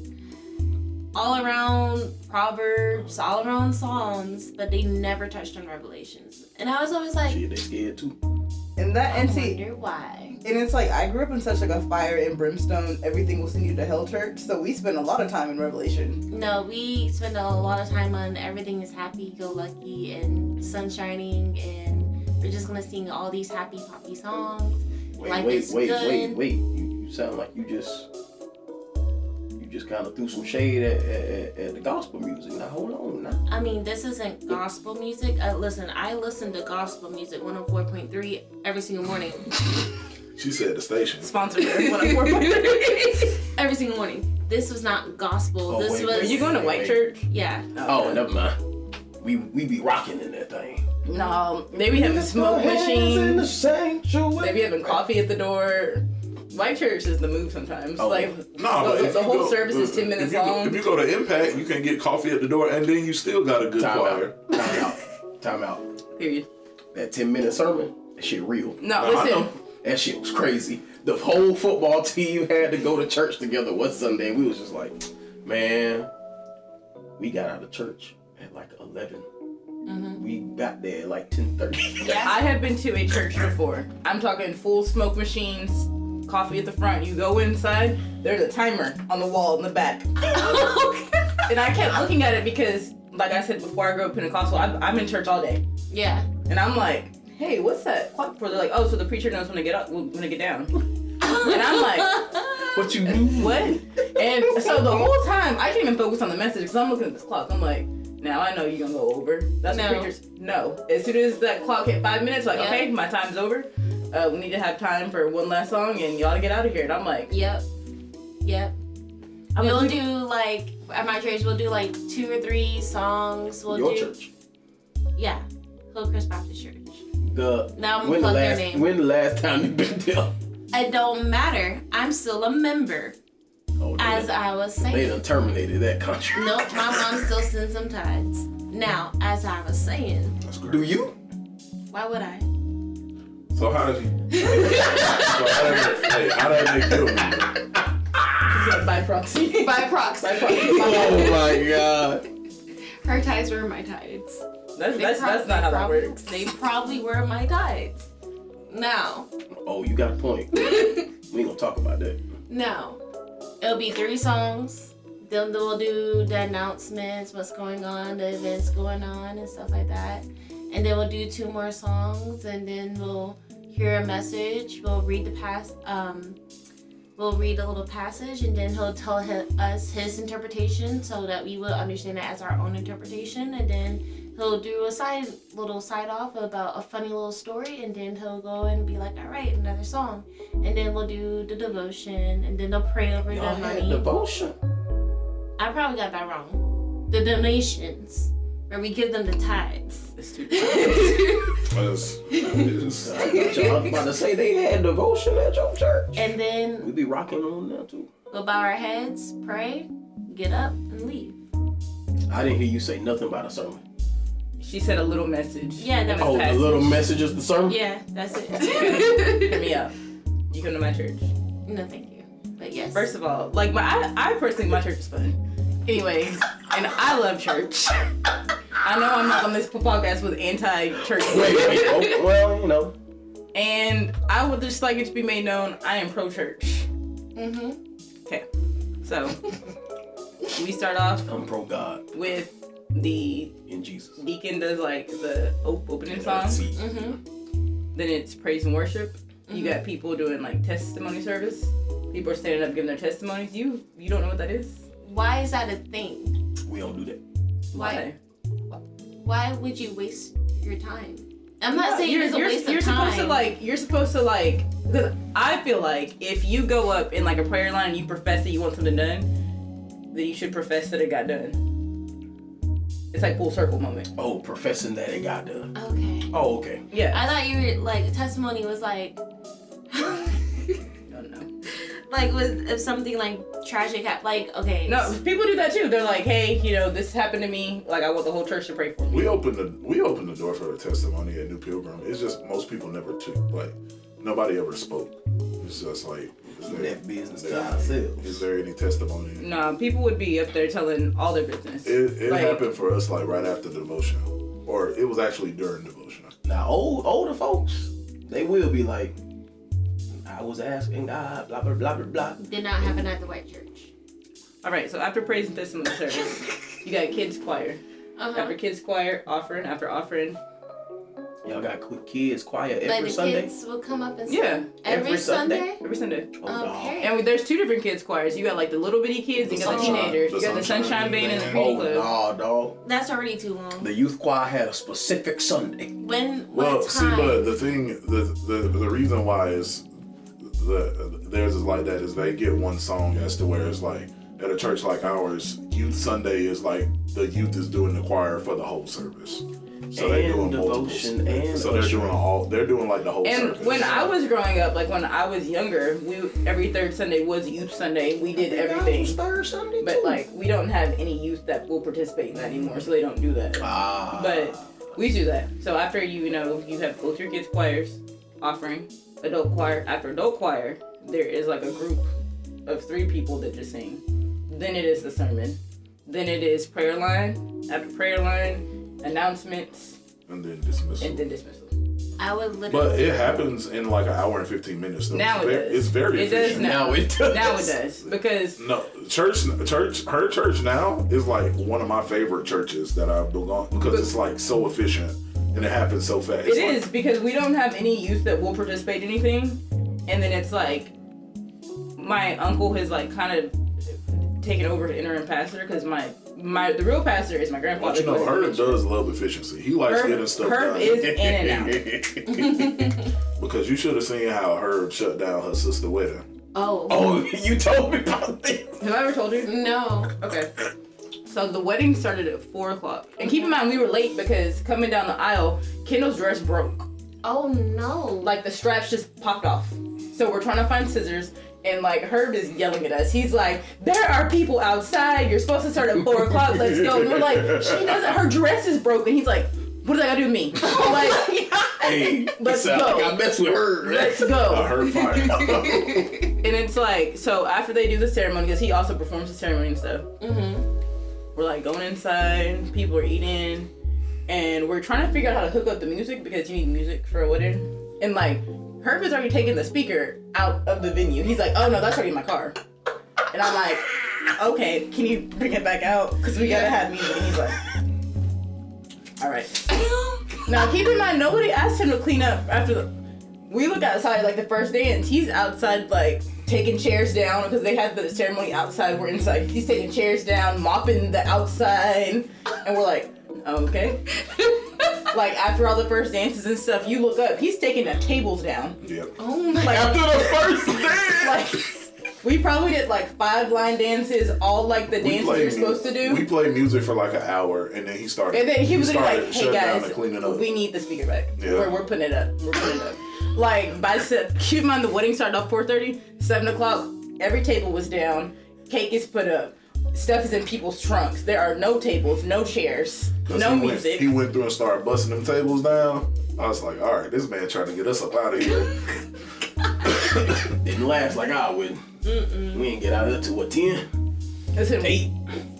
Speaker 3: all around Proverbs, all around Psalms, but they never touched on Revelations. And I was always like,
Speaker 1: Shit, they scared too.
Speaker 5: And that,
Speaker 3: I
Speaker 5: and see,
Speaker 3: wonder why.
Speaker 5: and it's like, I grew up in such, like, a fire and brimstone, everything will send you to hell church, so we spent a lot of time in Revelation.
Speaker 3: No, we spend a lot of time on everything is happy go lucky and sunshining and we're just gonna sing all these happy poppy songs.
Speaker 1: Wait,
Speaker 3: Life
Speaker 1: wait,
Speaker 3: is
Speaker 1: wait,
Speaker 3: good.
Speaker 1: wait, wait. You, you sound like you just you just kind of threw some shade at, at, at the gospel music. Now hold on, now.
Speaker 3: I mean, this isn't gospel music. Uh, listen, I listen to gospel music 104.3 every single morning.
Speaker 4: She said the station.
Speaker 5: Sponsored by
Speaker 3: every single morning. This was not gospel.
Speaker 1: Oh,
Speaker 3: this
Speaker 1: wait,
Speaker 3: was.
Speaker 1: wait,
Speaker 2: Are you going to white
Speaker 1: Wait.
Speaker 2: church?
Speaker 3: Yeah.
Speaker 1: Oh, never mind. We we be rocking in that thing.
Speaker 2: No, they be Um, having smoke
Speaker 1: in the
Speaker 2: machines.
Speaker 1: sanctuary.
Speaker 2: They be having coffee at the door. White church is the move sometimes.
Speaker 1: Oh,
Speaker 2: like
Speaker 4: No,
Speaker 2: the,
Speaker 4: but if
Speaker 2: the
Speaker 4: you
Speaker 2: whole
Speaker 4: go- uh,
Speaker 2: service is ten minutes
Speaker 4: if you, go-
Speaker 2: long.
Speaker 4: If you go to Impact, you can get coffee at the door, and then you still got a good
Speaker 1: Time
Speaker 4: choir.
Speaker 1: out. Time out. Time out.
Speaker 2: Period.
Speaker 1: That ten minute sermon. That shit real.
Speaker 2: No,
Speaker 4: I
Speaker 2: listen.
Speaker 4: know.
Speaker 1: That shit was crazy. The whole football team had to go to church together one Sunday. We was just like, man, we got out of church at like 11.
Speaker 3: Mm-hmm.
Speaker 1: We got there at like 10.30.
Speaker 3: Yeah.
Speaker 2: I have been to a church before. I'm talking full smoke machines, coffee at the front. You go inside, there's a timer on the wall in the back. and I kept looking at it because, like I said before, I grew up Pentecostal. I'm, I'm in church all day.
Speaker 3: yeah.
Speaker 2: And I'm like, hey, what's that clock for? They're like, oh, so the preacher knows when to get up, when to get down. and I'm like,
Speaker 1: what you mean?
Speaker 2: what? And so the whole time, I can't even focus on the message because I'm looking at this clock. I'm like, now I know you're gonna go over. That's
Speaker 3: No.
Speaker 2: the preachers. No. As soon as that clock hit five minutes, like,
Speaker 3: Yeah.
Speaker 2: okay, my time's over. Uh, we need to have time for one last song, and y'all to get out of here. And I'm like,
Speaker 3: Yep. Yep.
Speaker 2: I'm
Speaker 3: we'll
Speaker 2: like,
Speaker 3: do like at my church. We'll do like two or three songs. We'll
Speaker 1: Your
Speaker 3: do
Speaker 1: church.
Speaker 3: yeah, Hillcrest Baptist Church.
Speaker 1: The,
Speaker 3: Now I'm gonna
Speaker 1: when, the
Speaker 3: plug their
Speaker 1: last,
Speaker 3: name.
Speaker 1: when the last time you been there?
Speaker 3: It don't matter. I'm still a member,
Speaker 1: Oh, they,
Speaker 3: as
Speaker 1: done,
Speaker 3: I was
Speaker 1: they
Speaker 3: saying.
Speaker 1: done terminated that contract.
Speaker 3: Nope, my mom still sends them tides. Now, as I was saying,
Speaker 4: That's
Speaker 1: Do
Speaker 4: great.
Speaker 1: you?
Speaker 3: why would I?
Speaker 4: So how does he? so how does it, hey, how does it feel?
Speaker 2: said by proxy.
Speaker 6: By proxy.
Speaker 2: By proxy.
Speaker 1: Oh my god.
Speaker 6: Her ties were my tides.
Speaker 2: That's,
Speaker 6: They
Speaker 2: that's,
Speaker 6: prob-
Speaker 2: that's not
Speaker 6: they
Speaker 2: how that
Speaker 6: probably-
Speaker 2: works.
Speaker 3: They probably were my guides. Now,
Speaker 1: Oh, you got a point. We ain't gonna talk about that.
Speaker 6: No.
Speaker 3: it'll be three songs. Then they will do the announcements, what's going on, the events going on, and stuff like that. And then we'll do two more songs, and then we'll hear a message. We'll read the past. Um, we'll read a little passage, and then he'll tell hi us his interpretation so that we will understand it as our own interpretation. And then he'll do a side little side off about a funny little story, and then he'll go and be like, "All right, another song." And then we'll do the devotion, and then they'll pray over
Speaker 1: Y'all
Speaker 3: the
Speaker 1: had
Speaker 3: money.
Speaker 1: devotion.
Speaker 3: I probably got that wrong. The donations, where we give them the tithes.
Speaker 2: It's too
Speaker 1: I
Speaker 4: That's- that
Speaker 1: thought y'all was about to say they had devotion at your church.
Speaker 3: And then
Speaker 1: We be rocking on now too.
Speaker 3: go bow our heads, pray, get up, and leave.
Speaker 1: I didn't hear you say nothing about a sermon.
Speaker 2: She said a little message.
Speaker 3: Yeah, that
Speaker 1: Oh,
Speaker 3: was
Speaker 1: the little message is the sermon?
Speaker 3: Yeah, that's it.
Speaker 6: is.
Speaker 2: Hit me up. You come to my church.
Speaker 3: no, thank you. But yes.
Speaker 2: First of all, like my I, I personally my church is fun. Anyways, and I love church. I know I'm not on this podcast with anti-church.
Speaker 1: Wait, wait, oh, well, you know.
Speaker 2: And I would just like it to be made known I am pro church.
Speaker 3: Mm-hmm.
Speaker 2: So we start off
Speaker 1: I'm pro God
Speaker 2: with the
Speaker 1: in Jesus.
Speaker 2: deacon does like the op- opening song.
Speaker 1: See,
Speaker 3: Mm-hmm.
Speaker 2: Then it's praise and worship. You got people doing like testimony service. People are standing up giving their testimonies. You you don't know what that is.
Speaker 3: Why is that a thing?
Speaker 1: we don't do that.
Speaker 3: Why? Why would you waste your time? I'm
Speaker 2: No,
Speaker 3: not saying
Speaker 2: you're,
Speaker 3: it's a
Speaker 2: you're-
Speaker 3: waste
Speaker 2: you're
Speaker 3: of
Speaker 2: supposed to
Speaker 3: time.
Speaker 2: like you're supposed to like because I feel like if you go up in like a prayer line and you profess that you want something done, then you should profess that it got done. It's like full circle moment.
Speaker 1: Oh, professing that it got done.
Speaker 3: okay.
Speaker 1: Oh, okay.
Speaker 2: Yeah.
Speaker 3: I thought you were like testimony was like.
Speaker 2: No, no.
Speaker 3: like with if something like tragic happened like okay
Speaker 2: No, people do that too. They're like, hey, you know, this happened to me. Like I want the whole church to pray for me.
Speaker 4: we opened the we opened the door for the testimony at New Pilgrim. It's just most people never took like nobody ever spoke. It's just like is
Speaker 1: Keep
Speaker 4: there,
Speaker 1: that business
Speaker 4: is
Speaker 1: to
Speaker 4: there- is
Speaker 1: ourselves.
Speaker 4: there any testimony?
Speaker 2: Nah, people would be up there telling all their business.
Speaker 4: It, it
Speaker 2: Like-
Speaker 4: happened for us like right after devotion, or it was actually during devotion.
Speaker 1: Now, old older folks, they will be like, I was asking God, blah blah blah blah blah.
Speaker 3: did not happen at the white church
Speaker 2: All right, so after praise and testimony service, you got kids choir.
Speaker 3: Uh-huh.
Speaker 2: After kids choir, offering after offering.
Speaker 1: Y'all got quick kids quiet
Speaker 3: like
Speaker 1: every
Speaker 3: the
Speaker 1: Sunday.
Speaker 3: kids will come up and sing
Speaker 2: Yeah,
Speaker 3: every,
Speaker 1: every Sunday?
Speaker 3: sunday,
Speaker 2: every Sunday.
Speaker 1: Oh, dawg.
Speaker 3: Okay.
Speaker 2: And we- there's two different kids choirs. You got like the little bitty kids,
Speaker 4: The
Speaker 2: you got the
Speaker 4: Sunshine-
Speaker 2: teenagers,
Speaker 4: the
Speaker 2: you got the
Speaker 4: Sunshine
Speaker 2: sunshine band and the
Speaker 4: Band.
Speaker 2: beauty
Speaker 1: Oh
Speaker 2: club.
Speaker 1: nah, dog.
Speaker 3: that's already too long
Speaker 1: The youth choir had a specific Sunday.
Speaker 3: when what
Speaker 4: Well,
Speaker 3: time
Speaker 4: see, but the thing, the, the the reason why is the theirs is like that is they get one song as to where it's like at a church like ours, Youth Sunday is like the youth is doing the choir for the whole service. So they're
Speaker 1: And
Speaker 4: doing
Speaker 1: devotion
Speaker 4: multiple.
Speaker 1: and
Speaker 4: so they're doing
Speaker 1: ushering.
Speaker 4: all. They're doing like the whole.
Speaker 2: And
Speaker 4: service.
Speaker 2: when I was growing up, like when I was younger, we every third Sunday was youth Sunday. We did
Speaker 1: That was
Speaker 2: everything.
Speaker 1: third Sunday
Speaker 2: But
Speaker 1: too.
Speaker 2: like we don't have any youth that will participate in that anymore, so they don't do that.
Speaker 1: ah,
Speaker 2: But we do that. So after you, you know, you have both your kids' choirs offering adult choir. After adult choir, there is like a group of three people that just sing. Then it is the sermon. Then it is prayer line. After prayer line, announcements,
Speaker 4: and then dismissal.
Speaker 2: and then dismissal.
Speaker 3: i would literally
Speaker 4: but it happens in like an hour and fifteen minutes. Though.
Speaker 2: Now
Speaker 4: it's
Speaker 2: it
Speaker 4: very,
Speaker 2: does.
Speaker 4: It's very.
Speaker 2: It does
Speaker 4: efficient.
Speaker 1: now it does.
Speaker 2: Now it does because
Speaker 4: No, church, church, her church now is like one of my favorite churches that I've belonged because it's like so efficient and it happens so fast.
Speaker 2: it is because we don't have any youth that will participate in anything, and then it's like my uncle has like kind of taken over to interim pastor because my my the real pastor is my grandfather.
Speaker 4: But you know,
Speaker 2: who was
Speaker 4: Herb
Speaker 2: dementia.
Speaker 4: does love efficiency. He likes
Speaker 2: Herb-
Speaker 4: getting stuff
Speaker 2: Herb
Speaker 4: done.
Speaker 2: is in and out.
Speaker 4: because you should have seen how Herb shut down her sister wedding.
Speaker 3: oh,
Speaker 1: oh, you told me about this.
Speaker 2: Have I ever told you?
Speaker 3: no
Speaker 2: Okay. So the wedding started at four o'clock, and keep in mind we were late because coming down the aisle, Kendall's dress broke.
Speaker 3: oh no
Speaker 2: Like the straps just popped off. So we're trying to find scissors, and like Herb is yelling at us. He's like, "There are people outside. You're supposed to start at four o'clock. Let's go." And we're like, "She doesn't. Her dress is broken." He's like, What did I gotta do to me? like,
Speaker 1: Hey,
Speaker 2: Let's
Speaker 1: it sound
Speaker 2: go.
Speaker 1: like I mess with her.
Speaker 2: let's
Speaker 4: I
Speaker 2: go.
Speaker 4: heard fire.
Speaker 2: And it's like, so after they do the ceremony, because he also performs the ceremony and stuff,
Speaker 3: Mm-hmm.
Speaker 2: we're like going inside, people are eating, and we're trying to figure out how to hook up the music because you need music for a wedding. And like, Herb is already taking the speaker out of the venue. He's like, oh no, that's already in my car. And I'm like, okay, can you bring it back out? Because we gotta have music. And he's like, all right. Now keep in mind, nobody asked him to clean up after the. We look outside like the first dance. He's outside like taking chairs down because they had the ceremony outside. We're inside. He's taking chairs down, mopping the outside, and we're like, okay. like after all the first dances and stuff, you look up. He's taking the tables down.
Speaker 4: yep.
Speaker 3: Oh my
Speaker 2: Like,
Speaker 4: After the first dance,
Speaker 2: like we probably did like five line dances, all like the dances
Speaker 4: played
Speaker 2: you're supposed to
Speaker 4: mu-
Speaker 2: do.
Speaker 4: We played music for like an hour, and then he started.
Speaker 2: And then he was
Speaker 4: started
Speaker 2: like, "Hey
Speaker 4: shutting down and
Speaker 2: guys,
Speaker 4: cleaning up.
Speaker 2: we need the speaker back.
Speaker 4: Yeah.
Speaker 2: We're, we're putting it up. We're putting it up." Like by se- keep in mind the wedding started off 4:30, 7 o'clock. Every table was down. Cake is put up. Stuff is in people's trunks. There are no tables, no chairs,
Speaker 4: 'Cause
Speaker 2: no
Speaker 4: he
Speaker 2: music.
Speaker 4: Went, he went through and started busting them tables down. I was like, all right, this man trying to get us up out of here.
Speaker 1: Didn't last like I would. We didn't get out of there till what ten?
Speaker 2: Listen,
Speaker 1: Eight.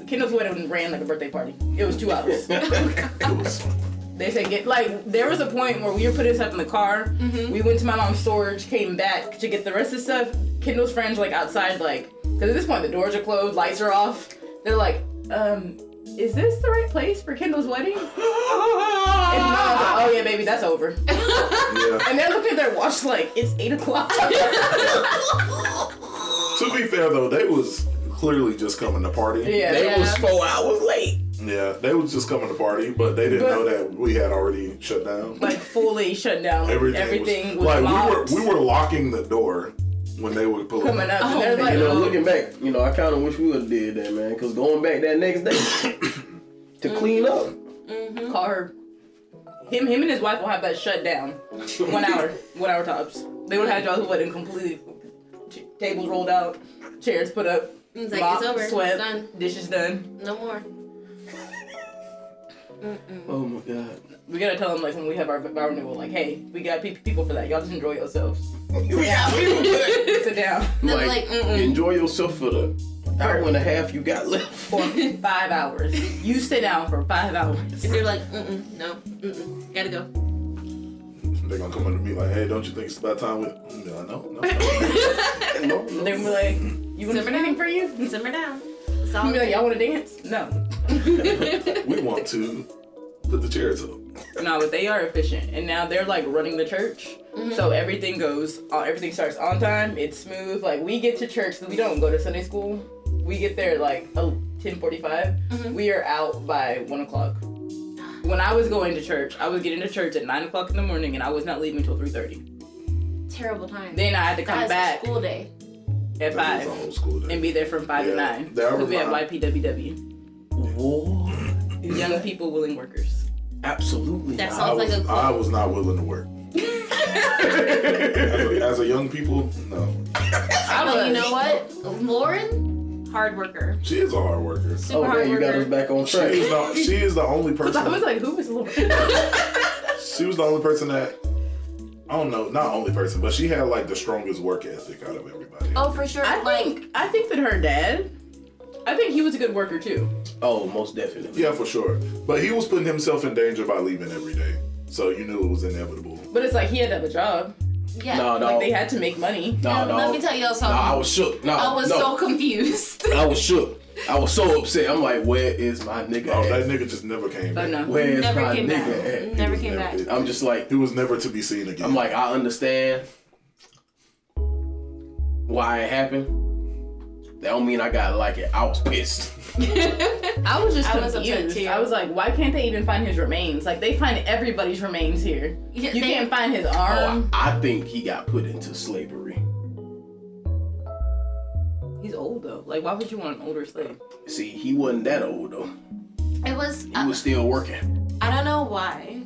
Speaker 2: Kendall's wedding ran like a birthday party. It was two hours.
Speaker 4: It was
Speaker 2: They said get like there was a point where we were putting stuff in the car. We went to my mom's storage, came back to get the rest of the stuff. Kendall's friends like outside, like because at this point the doors are closed, lights are off. They're like, um, is this the right place for Kendall's wedding? and mom's like, oh yeah, baby, that's over.
Speaker 4: yeah.
Speaker 2: And they looked at their watch like it's eight o'clock.
Speaker 4: to be fair though, they was clearly just coming to party.
Speaker 2: yeah.
Speaker 1: They
Speaker 6: Yeah.
Speaker 1: was four hours late.
Speaker 4: Yeah, they was just coming to party, but they didn't
Speaker 2: But-
Speaker 4: know that we had already shut down.
Speaker 2: like fully shut down. Like, everything,
Speaker 4: everything,
Speaker 2: was,
Speaker 4: like
Speaker 2: locked
Speaker 4: we were we were locking the door when they were pulling.
Speaker 2: coming up.
Speaker 6: Oh,
Speaker 2: and they're like,
Speaker 1: You know,
Speaker 2: "Oh,
Speaker 1: looking back, you know, I kind of wish we would have did that, man. Cause going back that next day to clean up,
Speaker 2: car. Him, him, and his wife will have that shut down. One hour, one hour tops. They would have had y'all's wedding completely t- tables rolled out, chairs put up,
Speaker 6: It's like,
Speaker 2: mopped,
Speaker 6: it's over.
Speaker 2: swept,
Speaker 6: It's done.
Speaker 2: dishes done.
Speaker 6: No more.
Speaker 1: oh my god,
Speaker 2: We gotta tell them like when we have our, our renewal, like, hey, we got pe- people for that. Y'all just enjoy yourselves.
Speaker 1: we got people back.
Speaker 2: Sit down
Speaker 6: They're
Speaker 1: Like,
Speaker 6: like, mm-mm.
Speaker 1: enjoy yourself for the hour and a half you got left.
Speaker 2: for five hours. You sit down for five hours.
Speaker 3: They're like,
Speaker 6: Mm-mm. No. Mm-mm. Gotta go.
Speaker 4: They're gonna come up to me like, hey, don't you think it's about time we? No, no, no.
Speaker 1: No,
Speaker 2: And
Speaker 1: no.
Speaker 2: they're like, you want
Speaker 6: Simmer
Speaker 2: anything for you? And
Speaker 3: simmer down. It's all
Speaker 2: be like,
Speaker 3: good.
Speaker 2: y'all want to dance? No.
Speaker 4: we want to put the chairs up.
Speaker 2: No, but they are efficient, and now they're like running the church. So everything goes, uh, everything starts on time. It's smooth. Like we get to church, we don't go to Sunday school. We get there like ten We are out by one o'clock. When I was going to church, I was getting to church at nine o'clock in the morning, and I was not leaving until three thirty.
Speaker 6: Terrible time.
Speaker 2: Then I had to come
Speaker 6: Guys,
Speaker 2: back
Speaker 6: School day.
Speaker 2: at
Speaker 4: That was a
Speaker 2: five
Speaker 4: whole school day.
Speaker 2: and be there from five to
Speaker 4: Yeah,
Speaker 2: nine.
Speaker 4: that
Speaker 2: We'll be at
Speaker 4: remind-
Speaker 2: YPWW,
Speaker 1: War? Is
Speaker 2: Young
Speaker 1: that-
Speaker 2: People Willing Workers.
Speaker 1: Absolutely.
Speaker 6: That
Speaker 1: not.
Speaker 4: I
Speaker 6: sounds
Speaker 4: was,
Speaker 6: like a
Speaker 4: I was not willing to work. as, a, as a young people, no.
Speaker 2: I
Speaker 6: But you
Speaker 2: was-
Speaker 6: know what? Lauren?
Speaker 3: hard worker.
Speaker 4: She is a hard worker.
Speaker 6: Super
Speaker 1: Oh, now
Speaker 6: hard
Speaker 1: you got us
Speaker 6: worker.
Speaker 1: back on
Speaker 4: She
Speaker 1: track.
Speaker 4: is the, she is the only person.
Speaker 2: I was like, who is Lord?
Speaker 4: she was the only person that I don't know, not only person, but she had like the strongest work ethic out of everybody.
Speaker 6: Oh, for sure.
Speaker 2: I
Speaker 6: like,
Speaker 2: think I think that her dad. I think he was a good worker too.
Speaker 1: Oh, most definitely.
Speaker 4: Yeah, for sure. But he was putting himself in danger by leaving every day, so you knew it was inevitable.
Speaker 2: But it's like he had to have a job.
Speaker 6: yeah.
Speaker 1: No, no,
Speaker 2: Like they had to make money.
Speaker 1: no,
Speaker 6: And
Speaker 1: no.
Speaker 6: Let me tell y'all
Speaker 1: no,
Speaker 6: something.
Speaker 1: I was shook. No,
Speaker 6: I was
Speaker 1: no.
Speaker 6: so confused.
Speaker 1: I was shook. I was so upset. I'm like, where is my nigga?
Speaker 4: Oh, that
Speaker 1: at?
Speaker 4: nigga just never came.
Speaker 2: But
Speaker 4: back.
Speaker 2: no.
Speaker 1: Where is
Speaker 3: Never
Speaker 1: my
Speaker 3: came
Speaker 1: nigga?
Speaker 3: back.
Speaker 1: At?
Speaker 3: Never
Speaker 4: He
Speaker 3: came
Speaker 4: was
Speaker 3: back.
Speaker 4: never-
Speaker 1: I'm just like,
Speaker 4: He was never to be seen again.
Speaker 1: I'm like, I understand why it happened. That don't mean I gotta like it. I was pissed.
Speaker 2: I was just
Speaker 6: I was
Speaker 2: confused.
Speaker 6: upset, too.
Speaker 2: I was like, why can't they even find his remains? Like they find everybody's remains here.
Speaker 6: Yeah,
Speaker 2: You
Speaker 6: they-
Speaker 2: can't find his
Speaker 1: Oh,
Speaker 6: Um,
Speaker 2: arm.
Speaker 1: I, I think he got put into slavery.
Speaker 2: He's old though. Like why would you want an older slave?
Speaker 1: See, he wasn't that old though.
Speaker 6: It was.
Speaker 1: He
Speaker 6: I,
Speaker 1: was still working.
Speaker 3: I don't know why,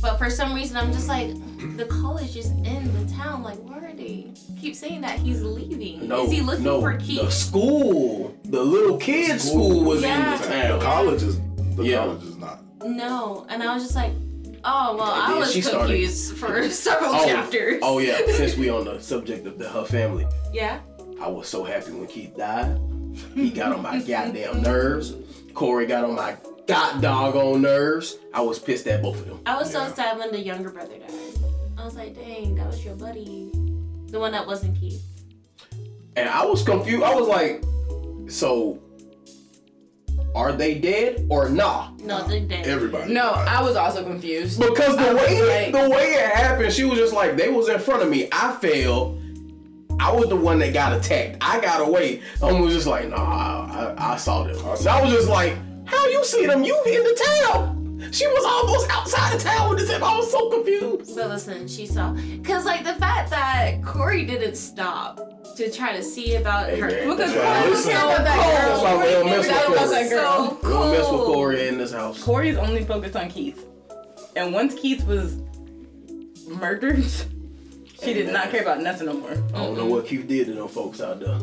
Speaker 3: but for some reason I'm just like, the college is in the town. Like, where are they? Keep saying that he's leaving.
Speaker 1: No,
Speaker 3: is he looking
Speaker 1: no,
Speaker 3: for
Speaker 1: the
Speaker 3: keys?
Speaker 1: school, the little kids' school, was
Speaker 3: Yeah.
Speaker 1: in the
Speaker 4: The
Speaker 1: town.
Speaker 4: college is the
Speaker 1: Yeah.
Speaker 4: college is not.
Speaker 3: No, and I was just like,
Speaker 6: Oh well,
Speaker 1: And
Speaker 6: I
Speaker 1: then
Speaker 6: was
Speaker 1: she started-
Speaker 6: confused for several chapters.
Speaker 1: Oh yeah, since we on the subject of the her family,
Speaker 3: Yeah.
Speaker 1: I was so happy when Keith died. He got on my goddamn nerves. Corey got on my god dog on nerves. I was pissed at both of them.
Speaker 3: I was
Speaker 4: Yeah.
Speaker 3: so sad when the younger brother died. I was like, dang, that was your buddy. The one that wasn't Keith.
Speaker 1: And I was confused. I was like, so are they dead or nah?
Speaker 3: No, the dad.
Speaker 4: Everybody.
Speaker 2: No,
Speaker 4: died.
Speaker 2: I was also confused.
Speaker 1: Because the
Speaker 2: I was
Speaker 1: way
Speaker 2: like-
Speaker 1: the way it happened, she was just like, they was in front of me. I failed. I was the one that got attacked. I got away. I was just like, nah, I, I, I saw them. So I was just like, how you see them? You in the town. She was almost outside the town with this. I was so confused.
Speaker 3: But listen, she saw.
Speaker 6: Cause like the fact that Corey didn't stop to try to see about
Speaker 1: Hey,
Speaker 6: her.
Speaker 1: man.
Speaker 5: Because
Speaker 4: Yeah,
Speaker 5: Corey was
Speaker 4: listen.
Speaker 5: down with
Speaker 1: That's why we don't mess
Speaker 5: that
Speaker 1: with
Speaker 5: girl. Corey was down with that girl.
Speaker 1: Corey. We don't mess with Corey in this house.
Speaker 5: Corey's only focused on Keith, and once Keith was murdered, she did not care about nothing no more.
Speaker 1: I don't know what Keith did to them folks out there.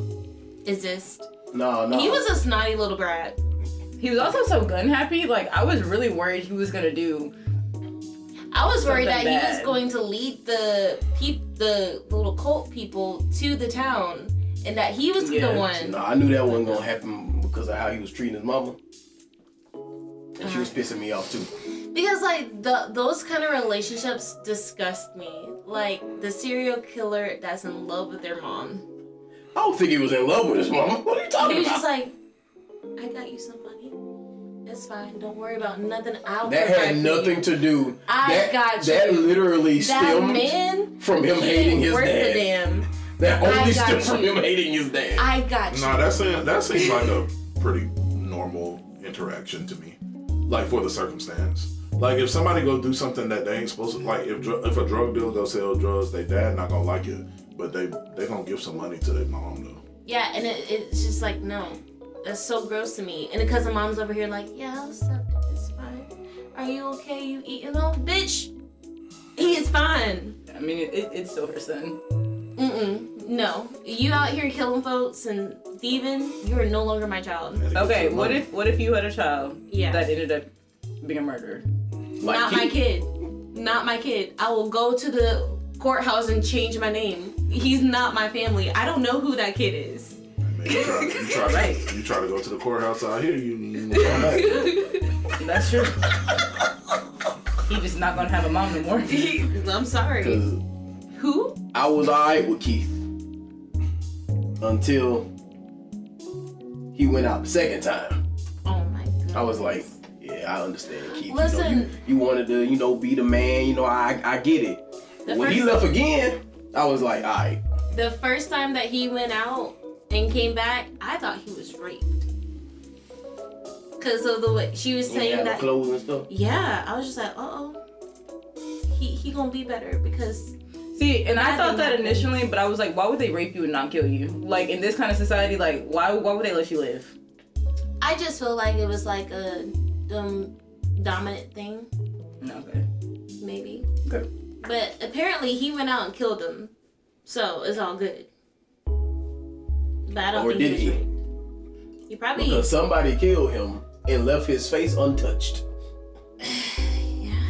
Speaker 3: Exist.
Speaker 1: No, no.
Speaker 3: He was a snotty little brat.
Speaker 2: He was also so gun happy. Like I was really worried he was gonna do.
Speaker 3: I was worried that
Speaker 2: Something
Speaker 3: he was
Speaker 2: bad.
Speaker 3: going to lead the peop the little cult people to the town, and that he was
Speaker 2: Yeah.
Speaker 3: the one.
Speaker 1: No, I knew that wasn't gonna happen because of how he was treating his mama. And she was pissing me off too.
Speaker 3: Because like the those kind of relationships disgust me. Like the serial killer that's in love with their mom.
Speaker 1: I don't think he was in love with his mama. What are you
Speaker 3: He
Speaker 1: talking
Speaker 3: was
Speaker 1: about?
Speaker 3: just like, I got you some money. It's fine. Don't worry about nothing. I'll
Speaker 1: that
Speaker 3: provide
Speaker 1: had
Speaker 3: for
Speaker 1: nothing
Speaker 3: you."
Speaker 1: to do.
Speaker 3: I
Speaker 1: that,
Speaker 3: got
Speaker 1: That
Speaker 3: you.
Speaker 1: literally
Speaker 3: That
Speaker 1: stemmed
Speaker 3: man.
Speaker 1: from him
Speaker 3: he
Speaker 1: hating
Speaker 3: ain't
Speaker 1: his
Speaker 3: worth
Speaker 1: dad.
Speaker 3: a damn.
Speaker 1: That
Speaker 3: I
Speaker 1: only
Speaker 3: got
Speaker 1: stemmed from
Speaker 3: you.
Speaker 1: him hating his dad.
Speaker 3: I got you.
Speaker 4: Nah, that seems that seems like a pretty normal interaction to me, like for the circumstance. Like if somebody go do something that they ain't supposed to, like if dr- if a drug dealer go sell drugs, they dad not gonna like it, but they they gonna give some money to their mom though.
Speaker 3: Yeah, and it, it's just like no, that's so gross to me. And because the mom's over here like, yeah, I'll accept it. It's fine. Are you okay? You eating all, bitch? He is fine.
Speaker 2: I mean, it, it, it's still her son.
Speaker 3: Mm-mm. No, you out here killing folks and thieving. You are no longer my child.
Speaker 4: And they
Speaker 2: Okay,
Speaker 4: give some
Speaker 2: what
Speaker 4: money.
Speaker 2: if what if you had a child
Speaker 3: Yeah.
Speaker 2: that ended up being a murderer?
Speaker 1: like
Speaker 3: Not
Speaker 1: he-
Speaker 3: my kid. Not my kid. I will go to the courthouse and change my name. He's not my family. I don't know who that kid is.
Speaker 4: Man, you try, you try, to-
Speaker 2: Right.
Speaker 4: you try to go to the courthouse out here, you, you come back.
Speaker 2: That's true. he just not gonna have a mom no more.
Speaker 3: I'm sorry.
Speaker 1: 'Cause
Speaker 3: Who?
Speaker 1: I was alright with Keith until he went out the second time.
Speaker 3: Oh my god.
Speaker 1: I was like, yeah, I understand, Keith. You know,
Speaker 3: Listen.
Speaker 1: you, you wanted to, you know, be the man. You know, I, I get it.
Speaker 3: The
Speaker 1: when he
Speaker 3: first-
Speaker 1: left again, I was like, all right,
Speaker 3: The first time that he went out and came back, I thought he was raped. Cause of the way she was
Speaker 1: he ain't
Speaker 3: saying
Speaker 1: had no
Speaker 3: that.
Speaker 1: clothes and stuff.
Speaker 3: yeah, I was just like, uh oh. He he gonna be better because
Speaker 2: See, and I
Speaker 3: That
Speaker 2: thought
Speaker 3: didn't
Speaker 2: that
Speaker 3: happen.
Speaker 2: initially, but I was like, why would they rape you and not kill you? Like in this kind of society, like why why would they let you live?
Speaker 3: I just feel like it was like a um, dominant thing,
Speaker 2: No, okay.
Speaker 3: maybe.
Speaker 2: Okay.
Speaker 3: But apparently he went out and killed them, so it's all good. But I don't
Speaker 1: Or
Speaker 3: think
Speaker 1: did
Speaker 3: he?
Speaker 1: he?
Speaker 3: Was raped. He probably
Speaker 1: Because somebody killed him and left his face untouched.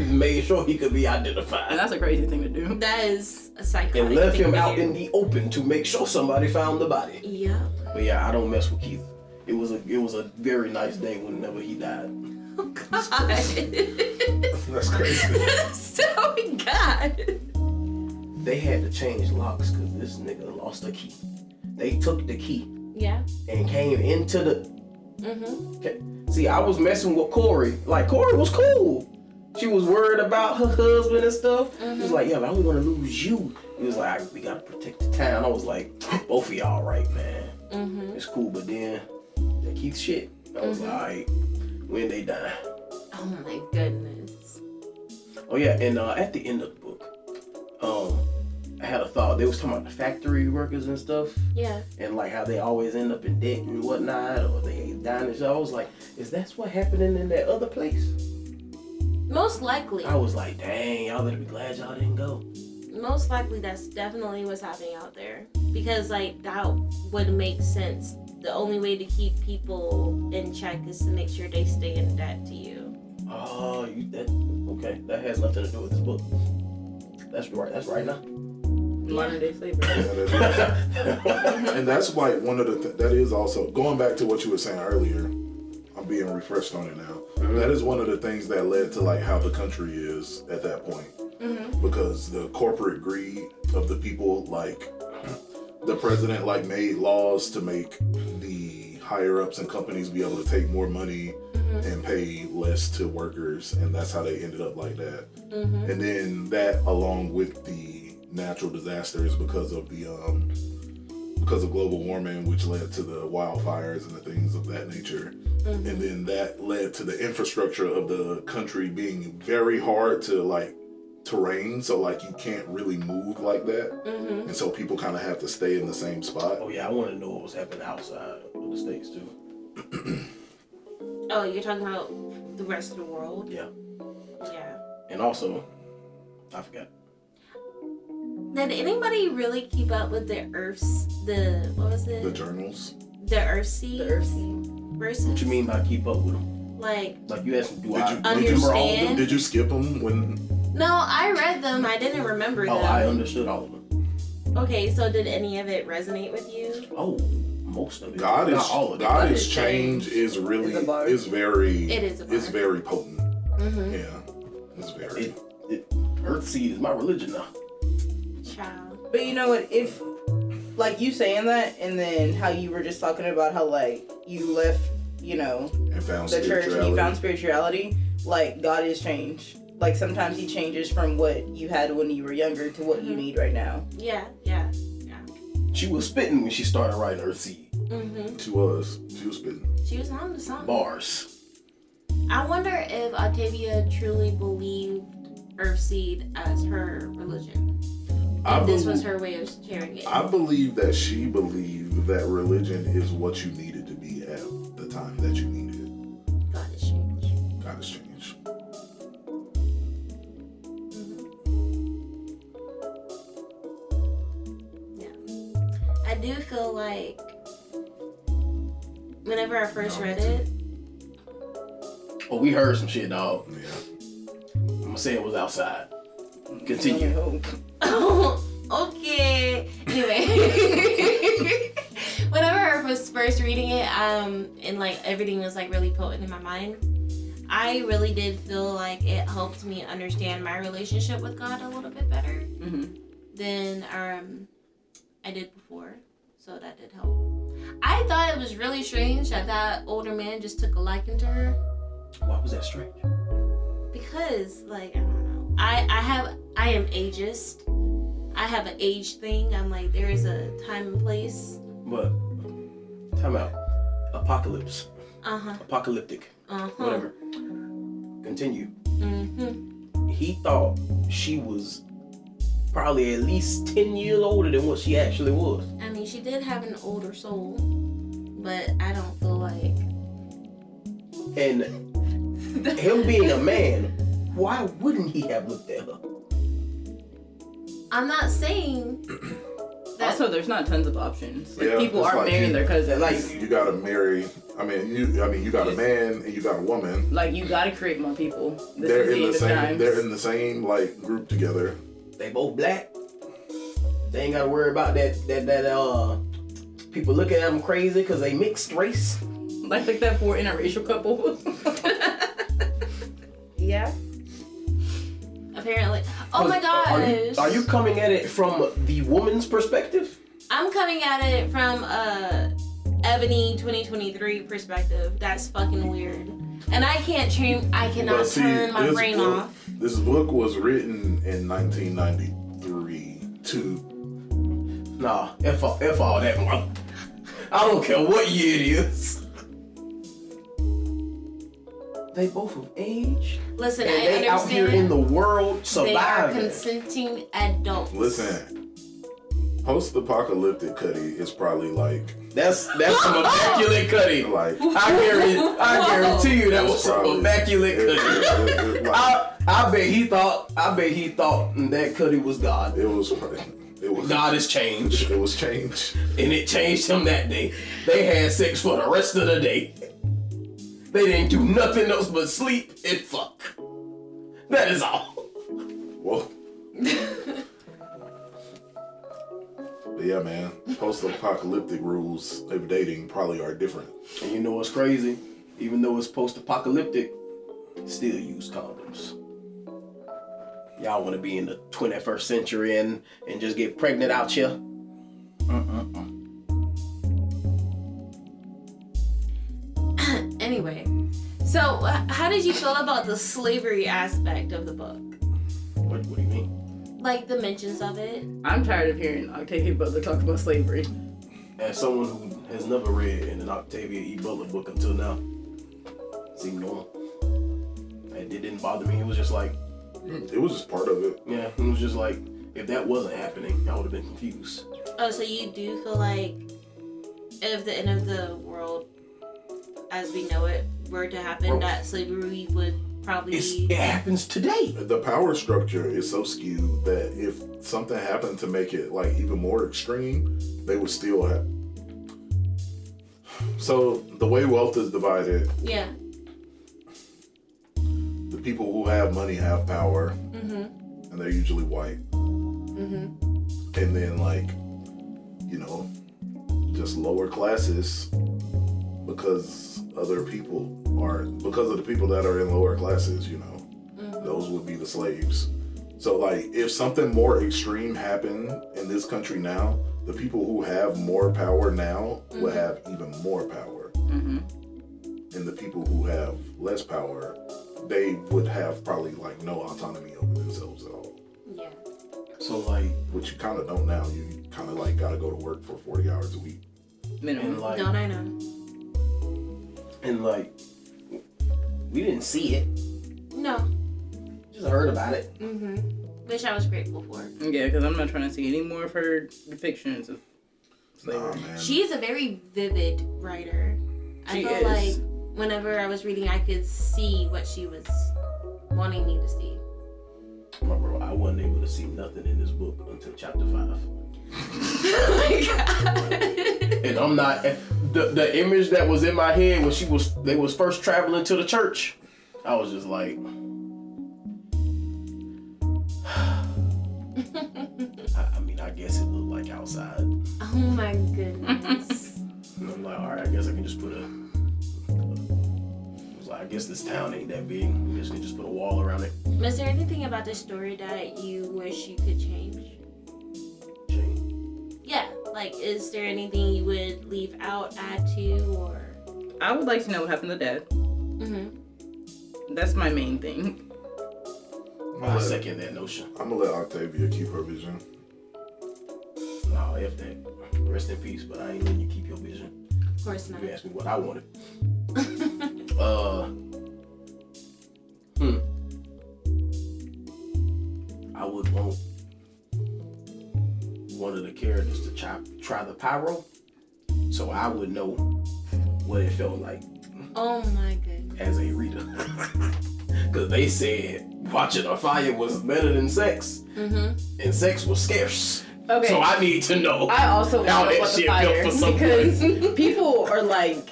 Speaker 1: Made sure he could be
Speaker 2: And
Speaker 1: identified.
Speaker 2: that's a crazy thing to do.
Speaker 3: that is a psychotic.
Speaker 1: And left
Speaker 3: thing
Speaker 1: him
Speaker 3: to
Speaker 1: out
Speaker 3: do.
Speaker 1: in the open to make sure somebody found the body.
Speaker 3: Yeah.
Speaker 1: But yeah, I don't mess with Keith. It was a it was a very nice day whenever he died.
Speaker 3: Oh,
Speaker 4: That's crazy.
Speaker 3: so God.
Speaker 1: They had to change locks because this nigga lost a key. They took the key
Speaker 3: Yeah.
Speaker 1: and came into the
Speaker 3: Mm-hmm.
Speaker 1: Okay. See, I was messing with Corey. Like Corey was cool. She was worried about her husband and stuff. She
Speaker 3: Mm-hmm.
Speaker 1: was like, "Yeah, but I don't want to lose you." He was like, "I- "We gotta protect the town." I was like, "Both of y'all right, man.
Speaker 3: Mm-hmm.
Speaker 1: It's cool." But then that Keith shit. I was like, "Alright, when they die."
Speaker 3: Oh my goodness.
Speaker 1: Oh yeah, and uh, at the end of the book, um, I had a thought. They was talking about the factory workers and stuff.
Speaker 3: Yeah.
Speaker 1: and like how they always end up in debt and whatnot, or they dying and shit. I was like, is that's what happening in that other place?
Speaker 3: Most likely.
Speaker 1: I was like, dang, y'all better be glad y'all didn't go.
Speaker 3: Most likely that's definitely what's happening out there. Because like that would make sense. The only way to keep people in check is to make sure they stay in debt to you.
Speaker 1: Oh, you that okay? That has nothing to do with this book. That's right. That's right now.
Speaker 2: Modern day slavery.
Speaker 4: Yeah, that is- and that's like one of the th- that is also going back to what you were saying earlier i'm being refreshed on it now That is one of the things that led to like how the country is at that point because the corporate greed of the people like the president like made laws to make the higher ups and companies be able to take more money and pay less to workers and that's how they ended up like that and then that along with the natural disasters because of the um because of global warming, which led to the wildfires and the things of that nature.
Speaker 1: Mm-hmm.
Speaker 4: And then that led to the infrastructure of the country being very hard to like terrain. So like you can't really move like that.
Speaker 3: Mm-hmm.
Speaker 4: And so people kind of have to stay in the same spot.
Speaker 1: Oh yeah, I want to know what was happening outside of the states too.
Speaker 3: Oh, you're talking about the rest of the world?
Speaker 1: Yeah,
Speaker 3: Yeah.
Speaker 1: and also, I forgot.
Speaker 3: Did anybody really keep up with the Earth's the what was it?
Speaker 4: The journals.
Speaker 3: The Earth Sea.
Speaker 2: The Earth Sea.
Speaker 3: Versus.
Speaker 1: What you mean by keep up with them?
Speaker 3: Like
Speaker 1: Like you asked, me, do
Speaker 4: Did
Speaker 1: I
Speaker 4: you,
Speaker 1: remember
Speaker 4: did you
Speaker 1: all
Speaker 3: understand?
Speaker 1: of them?
Speaker 4: did you skip them when?
Speaker 3: no, I read them. I didn't remember
Speaker 1: Oh,
Speaker 3: them.
Speaker 1: I understood all of them.
Speaker 3: Okay, so did any of it resonate with you?
Speaker 1: Oh, most of it.
Speaker 4: God
Speaker 1: Not
Speaker 4: is
Speaker 1: all of it.
Speaker 4: God
Speaker 6: What
Speaker 4: is
Speaker 6: is
Speaker 4: change is really
Speaker 5: Is a bar.
Speaker 4: is very
Speaker 6: It is a
Speaker 4: is
Speaker 6: bar.
Speaker 4: very potent.
Speaker 3: Mm-hmm.
Speaker 4: Yeah, it's very.
Speaker 1: It, it, Earthseed is my religion now.
Speaker 3: Child.
Speaker 5: But you know what? If like you saying that, and then how you were just talking about how like you left, you know,
Speaker 4: and found
Speaker 5: the church and
Speaker 4: spirituality.
Speaker 5: you found spirituality. Like God is change. Like sometimes He changes from what you had when you were younger to what you need right now.
Speaker 3: Yeah, yeah.
Speaker 1: She was spitting when she started writing Earthseed
Speaker 3: Mm-hmm.
Speaker 4: she was she was spitting.
Speaker 3: She was on to something.
Speaker 1: bars.
Speaker 3: I wonder if Octavia truly believed Earthseed as her religion.
Speaker 4: I
Speaker 3: This
Speaker 4: believe-
Speaker 3: was her way of sharing it.
Speaker 4: I believe that she believed that religion is what you needed to be at the time that you needed.
Speaker 3: God is strange.
Speaker 4: God has changed.
Speaker 3: I do feel like whenever I first
Speaker 4: No.
Speaker 3: read it,
Speaker 1: Oh, we heard some shit, dog.
Speaker 4: Yeah.
Speaker 1: I'm gonna say it was outside.
Speaker 5: You
Speaker 1: Continue.
Speaker 5: know?
Speaker 2: Mm-hmm.
Speaker 3: okay. Anyway, whenever I was first reading it, um, and like everything was like really potent in my mind, I really did feel like it helped me understand my relationship with God a little bit better
Speaker 5: Mhm.
Speaker 3: than um I did before. So that did help. I thought it was really strange that that older man just took a liking to her
Speaker 1: Why was that strange?
Speaker 3: because like I don't know. I I have I am ageist. I have an age thing. I'm like there is a time and place.
Speaker 1: But time out. Apocalypse.
Speaker 3: Uh huh.
Speaker 1: Apocalyptic.
Speaker 3: Uh huh.
Speaker 1: Whatever. Continue.
Speaker 3: Mm-hmm.
Speaker 1: He thought she was probably at least ten years older than what she actually was.
Speaker 3: I mean, she did have an older soul, but I don't feel like
Speaker 1: And him being a man, why wouldn't he have looked at her?
Speaker 3: I'm not saying that.
Speaker 2: Also, there's not tons of options. Like
Speaker 4: Yeah,
Speaker 2: people
Speaker 4: it's
Speaker 2: aren't
Speaker 4: like
Speaker 2: marrying
Speaker 4: you-
Speaker 2: their cousin. Like,
Speaker 4: You gotta marry. I mean, you. I mean, you got a man and you got a woman.
Speaker 2: like you gotta create more people. This
Speaker 4: they're
Speaker 2: is
Speaker 4: in the
Speaker 2: end of
Speaker 4: same.
Speaker 2: times.
Speaker 4: They're in the same like group together.
Speaker 1: They both black. They ain't gotta worry about that that that uh people looking at them crazy because they mixed race.
Speaker 2: like, like that poor interracial couple.
Speaker 3: yeah. Apparently. Oh my gosh.
Speaker 1: Are you, are you coming at it from the woman's perspective?
Speaker 3: I'm coming at it from a Ebony 2023 perspective. That's fucking weird. And I can't train. I cannot
Speaker 4: But see,
Speaker 3: turn my
Speaker 4: this
Speaker 3: brain
Speaker 4: book,
Speaker 3: off.
Speaker 4: This book was written in 1993 to
Speaker 1: Nah, f all, f all that. Mark. I don't care what year it is. They both of age.
Speaker 3: Listen,
Speaker 1: And
Speaker 3: I
Speaker 1: they out here in
Speaker 3: understand.
Speaker 1: the world
Speaker 3: They are
Speaker 1: surviving.
Speaker 3: consenting adults.
Speaker 4: listen. Post-apocalyptic Cuddy is probably like
Speaker 1: that's that's some immaculate cutting.
Speaker 4: like.
Speaker 1: I guarantee, I guarantee you that was some
Speaker 4: probably-
Speaker 1: immaculate Uh,
Speaker 4: it-
Speaker 1: cutting.
Speaker 4: it- it- it- like-
Speaker 1: I, I bet he thought I bet he thought that Cuddy was God.
Speaker 4: It was. It was.
Speaker 1: God is change,
Speaker 4: It was change.
Speaker 1: and it changed him that day. They had sex for the rest of the day. They didn't do nothing else but sleep and fuck. That is all.
Speaker 4: Whoa. but yeah, man. Post-apocalyptic rules of dating probably are different.
Speaker 1: And you know what's crazy? Even though it's post-apocalyptic, still use condoms. Y'all want to be in the 21st century and and just get pregnant out here?
Speaker 6: Anyway,
Speaker 3: So, wh- how did you feel about the slavery aspect of the book?
Speaker 1: What, what do you mean?
Speaker 3: Like the mentions of it?
Speaker 2: I'm tired of hearing Octavia Butler talk about slavery.
Speaker 1: As someone who has never read an Octavia E. Butler book until now, seemed normal. It, it didn't bother me. It was just like,
Speaker 4: It was just part of it.
Speaker 1: yeah, it was just like, if that wasn't happening, I would have been confused.
Speaker 3: Oh, so you do feel like if the end of the world as we know it were to happen, that slavery would probably
Speaker 1: It's, it happens today.
Speaker 4: The power structure is so skewed that if something happened to make it like even more extreme, they would still have. So the way wealth is divided,
Speaker 3: Yeah.
Speaker 4: the people who have money have power, and they're usually white. And then like, you know, just lower classes because other people are because of the people that are in lower classes, you know, those would be the slaves. So like, if something more extreme happened in this country now, the people who have more power now will have even more power. And the people who have less power they would have probably like no autonomy over themselves at all.
Speaker 3: Yeah.
Speaker 1: So like,
Speaker 4: Which you kind of don't now. You kind of like gotta go to work for 40 hours a week.
Speaker 1: and
Speaker 2: Minimum.
Speaker 1: like,
Speaker 3: Don't I know?
Speaker 1: and like, we didn't see it.
Speaker 3: No.
Speaker 1: Just heard about it.
Speaker 3: Mm-hmm. Which I was grateful for.
Speaker 2: Yeah, because I'm not trying to see any more of her depictions of
Speaker 4: Nah,
Speaker 2: slavery.
Speaker 4: man.
Speaker 3: She is a very vivid writer. I
Speaker 2: She
Speaker 3: feel
Speaker 2: is.
Speaker 3: like whenever I was reading, I could see what she was wanting me to see.
Speaker 1: My bro, I wasn't able to see nothing in this book until chapter five.
Speaker 3: Oh
Speaker 1: And I'm not the the image that was in my head when she was they was first traveling to the church. I was just like, I, I mean, I guess it looked like outside. And
Speaker 3: oh my goodness.
Speaker 1: I'm like, all right, I guess I can just put a. I was like, I guess this town ain't that big. I guess I can just put a wall around it.
Speaker 3: was there anything about the story that you wish you could change?
Speaker 1: Change.
Speaker 3: Yeah. Like, is there anything you would leave out, add to, or?
Speaker 2: I would like to know what happened to Dad.
Speaker 3: Mm-hmm.
Speaker 2: That's my main thing.
Speaker 1: I second that notion.
Speaker 4: I'm gonna let Octavia keep her vision.
Speaker 1: No, if that. Rest in peace, but I ain't letting you keep your vision.
Speaker 3: Of course not.
Speaker 1: You asked me what I wanted. uh, hmm. I would want one of the characters to try, try the pyro so I would know what it felt like
Speaker 3: Oh my goodness.
Speaker 1: as a reader. Because they said watching a fire was better than sex,
Speaker 3: Mm-hmm.
Speaker 1: and sex was scarce.
Speaker 2: Okay.
Speaker 1: So I need to know.
Speaker 2: I uh, also
Speaker 1: How
Speaker 2: want
Speaker 1: that
Speaker 2: to know about the
Speaker 1: shit felt
Speaker 2: fire
Speaker 1: for someone.
Speaker 2: because people are like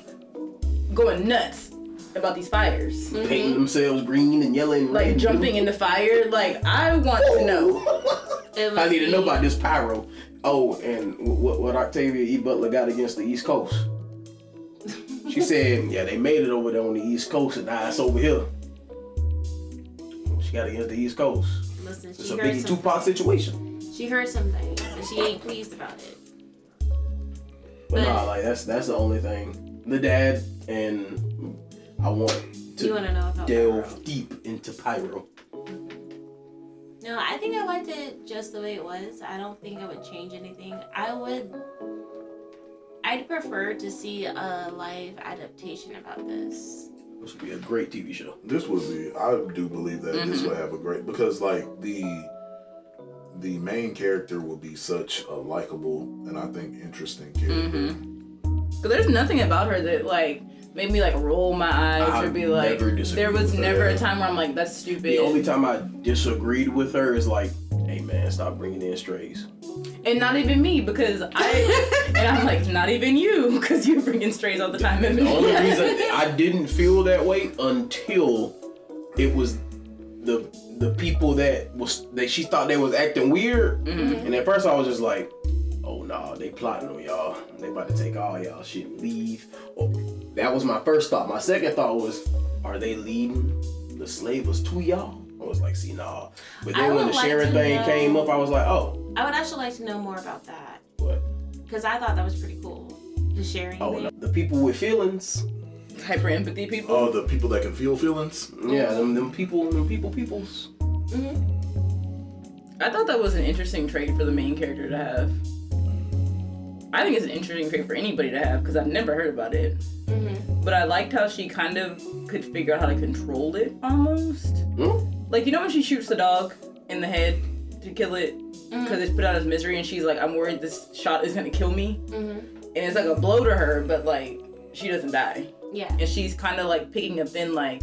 Speaker 2: going nuts about these fires,
Speaker 1: Painting themselves green and yellow and
Speaker 2: mm-hmm. like
Speaker 1: red.
Speaker 2: jumping in the fire. Like I want to know.
Speaker 3: It was
Speaker 1: I need to know about this pyro. Oh, and what what Octavia E. Butler got against the East Coast? She said, "Yeah, they made it over there on the East Coast, and now it's over here." She got against the East Coast.
Speaker 3: Listen, she
Speaker 1: It's a
Speaker 3: heard
Speaker 1: Biggie
Speaker 3: something.
Speaker 1: Tupac situation.
Speaker 3: She heard something, and she ain't pleased about it.
Speaker 1: But
Speaker 3: But-
Speaker 1: nah, like that's that's the only thing. The dad and I want
Speaker 3: you want
Speaker 1: to
Speaker 3: to know about
Speaker 1: delve deep into pyro.
Speaker 3: No, I think I liked it just the way it was. I don't think I would change anything. I would. I'd prefer to see a live adaptation about this.
Speaker 1: This would be a great TV show.
Speaker 4: This would be. I do believe that this would have a great because like the the main character would be such a likable and I think interesting
Speaker 2: Mm.
Speaker 4: character.
Speaker 2: Mm-hmm. Cause there's nothing about her that like made me like roll my eyes or
Speaker 1: I've
Speaker 2: be like.
Speaker 1: never disagreed
Speaker 2: There was
Speaker 1: with
Speaker 2: never
Speaker 1: her.
Speaker 2: a time where I'm like that's stupid.
Speaker 1: The only time I disagreed with her is like Hey man, stop bringing in strays.
Speaker 2: And not even me because I and I'm like not even you because you bringing strays all the time.
Speaker 1: The only reason I didn't feel that way until it was the the people that was that she thought they was acting weird,
Speaker 3: Mm-hmm.
Speaker 1: and at first I was just like, oh nah, they plotting on y'all. They about to take all y'all shit and leave. Or- that was my first thought. My second thought was, are they leading the slavers to y'all? I was like, see nah. But
Speaker 3: I
Speaker 1: then when the
Speaker 3: would like
Speaker 1: Sharon
Speaker 3: to
Speaker 1: thing
Speaker 3: know-
Speaker 1: came up, I was like, oh,
Speaker 3: I would actually like to know more about that
Speaker 1: what?
Speaker 3: because I thought that was pretty cool. The sharing.
Speaker 1: Oh,
Speaker 3: thing.
Speaker 1: no. the people with feelings.
Speaker 2: Hyper empathy people.
Speaker 4: Oh, the people that can feel feelings.
Speaker 1: Yeah, them, them people, them people, peoples.
Speaker 3: Mm-hmm,
Speaker 2: I thought that was an interesting trait for the main character to have. I think it's an interesting trait for anybody to have because I've never heard about it.
Speaker 3: mm-hmm,
Speaker 2: But I liked how she kind of could figure out how to control it almost.
Speaker 1: Hmm?
Speaker 2: Like, you know, when she shoots the dog in the head to kill it because it's put out his misery, and she's like, I'm worried this shot is going to kill me.
Speaker 3: mm-hmm.
Speaker 2: And it's like a blow to her, but like, she doesn't die.
Speaker 3: Yeah.
Speaker 2: And she's kind of like picking up then, like,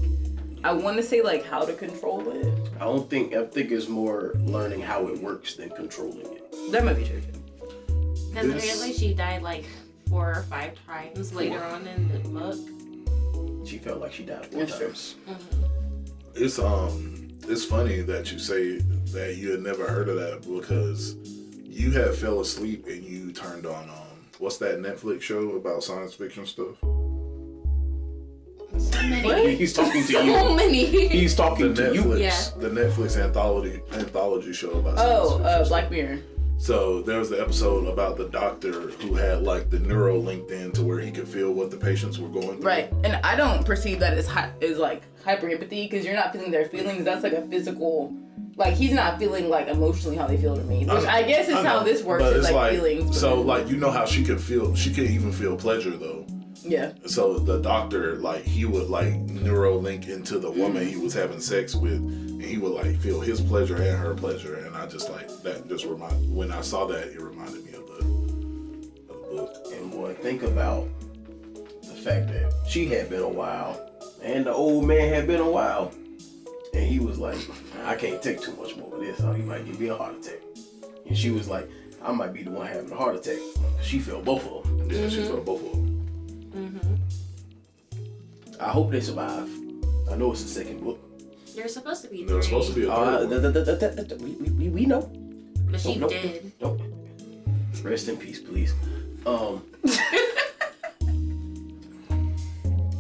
Speaker 2: I want to say, like, how to control it.
Speaker 1: I don't think I think it's more learning how it works than controlling it.
Speaker 2: That might be true too.
Speaker 3: Because
Speaker 4: This-
Speaker 3: apparently she died like four or five times later on in the book.
Speaker 1: She felt like she died four
Speaker 2: That's true.
Speaker 1: times.
Speaker 4: It's um, it's funny that you say that you had never heard of that because you had fell asleep and you turned on um, what's that Netflix show about science fiction stuff?
Speaker 6: So many.
Speaker 1: He's talking to you.
Speaker 6: So many.
Speaker 1: He's
Speaker 4: The
Speaker 1: talking to you.
Speaker 4: Netflix,
Speaker 6: Yeah.
Speaker 4: the Netflix anthology anthology show about.
Speaker 2: Oh,
Speaker 4: science fiction
Speaker 2: uh,
Speaker 4: stuff.
Speaker 2: Black Mirror.
Speaker 4: So there was the episode about the doctor who had like the neuro linked in to where he could feel what the patients were going through.
Speaker 2: Right, and I don't perceive that as hi- as like hyper empathy because you're not feeling their feelings. That's like a physical, like he's not feeling like emotionally how they feel to me, which I, guess is
Speaker 4: I
Speaker 2: how
Speaker 4: know,
Speaker 2: this works.
Speaker 4: but
Speaker 2: Is
Speaker 4: it's
Speaker 2: like, feelings.
Speaker 4: So like you know how she could feel she could even feel pleasure though.
Speaker 2: yeah,
Speaker 4: So the doctor like he would like neuro link into the woman he was having sex with and he would like feel his pleasure and her pleasure and I just like that just remind when I saw that it reminded me of the of the book.
Speaker 1: And boy, think about the fact that she had been a while, and the old man had been a while, and he was like, "I can't take too much more of this. Or he might give me a heart attack." And she was like, "I might be the one having a heart attack." She felt both of them.
Speaker 4: Yeah, she felt both of them.
Speaker 1: I hope they survive. I know it's the second book.
Speaker 3: There's supposed to be
Speaker 4: There
Speaker 3: three,
Speaker 4: was supposed to be a
Speaker 1: Uh,
Speaker 4: third
Speaker 1: th-
Speaker 4: one.
Speaker 1: th- th- th- th- we, we, we know.
Speaker 3: but she
Speaker 1: Nope, nope,
Speaker 3: did.
Speaker 1: nope. Rest in peace, please. Um,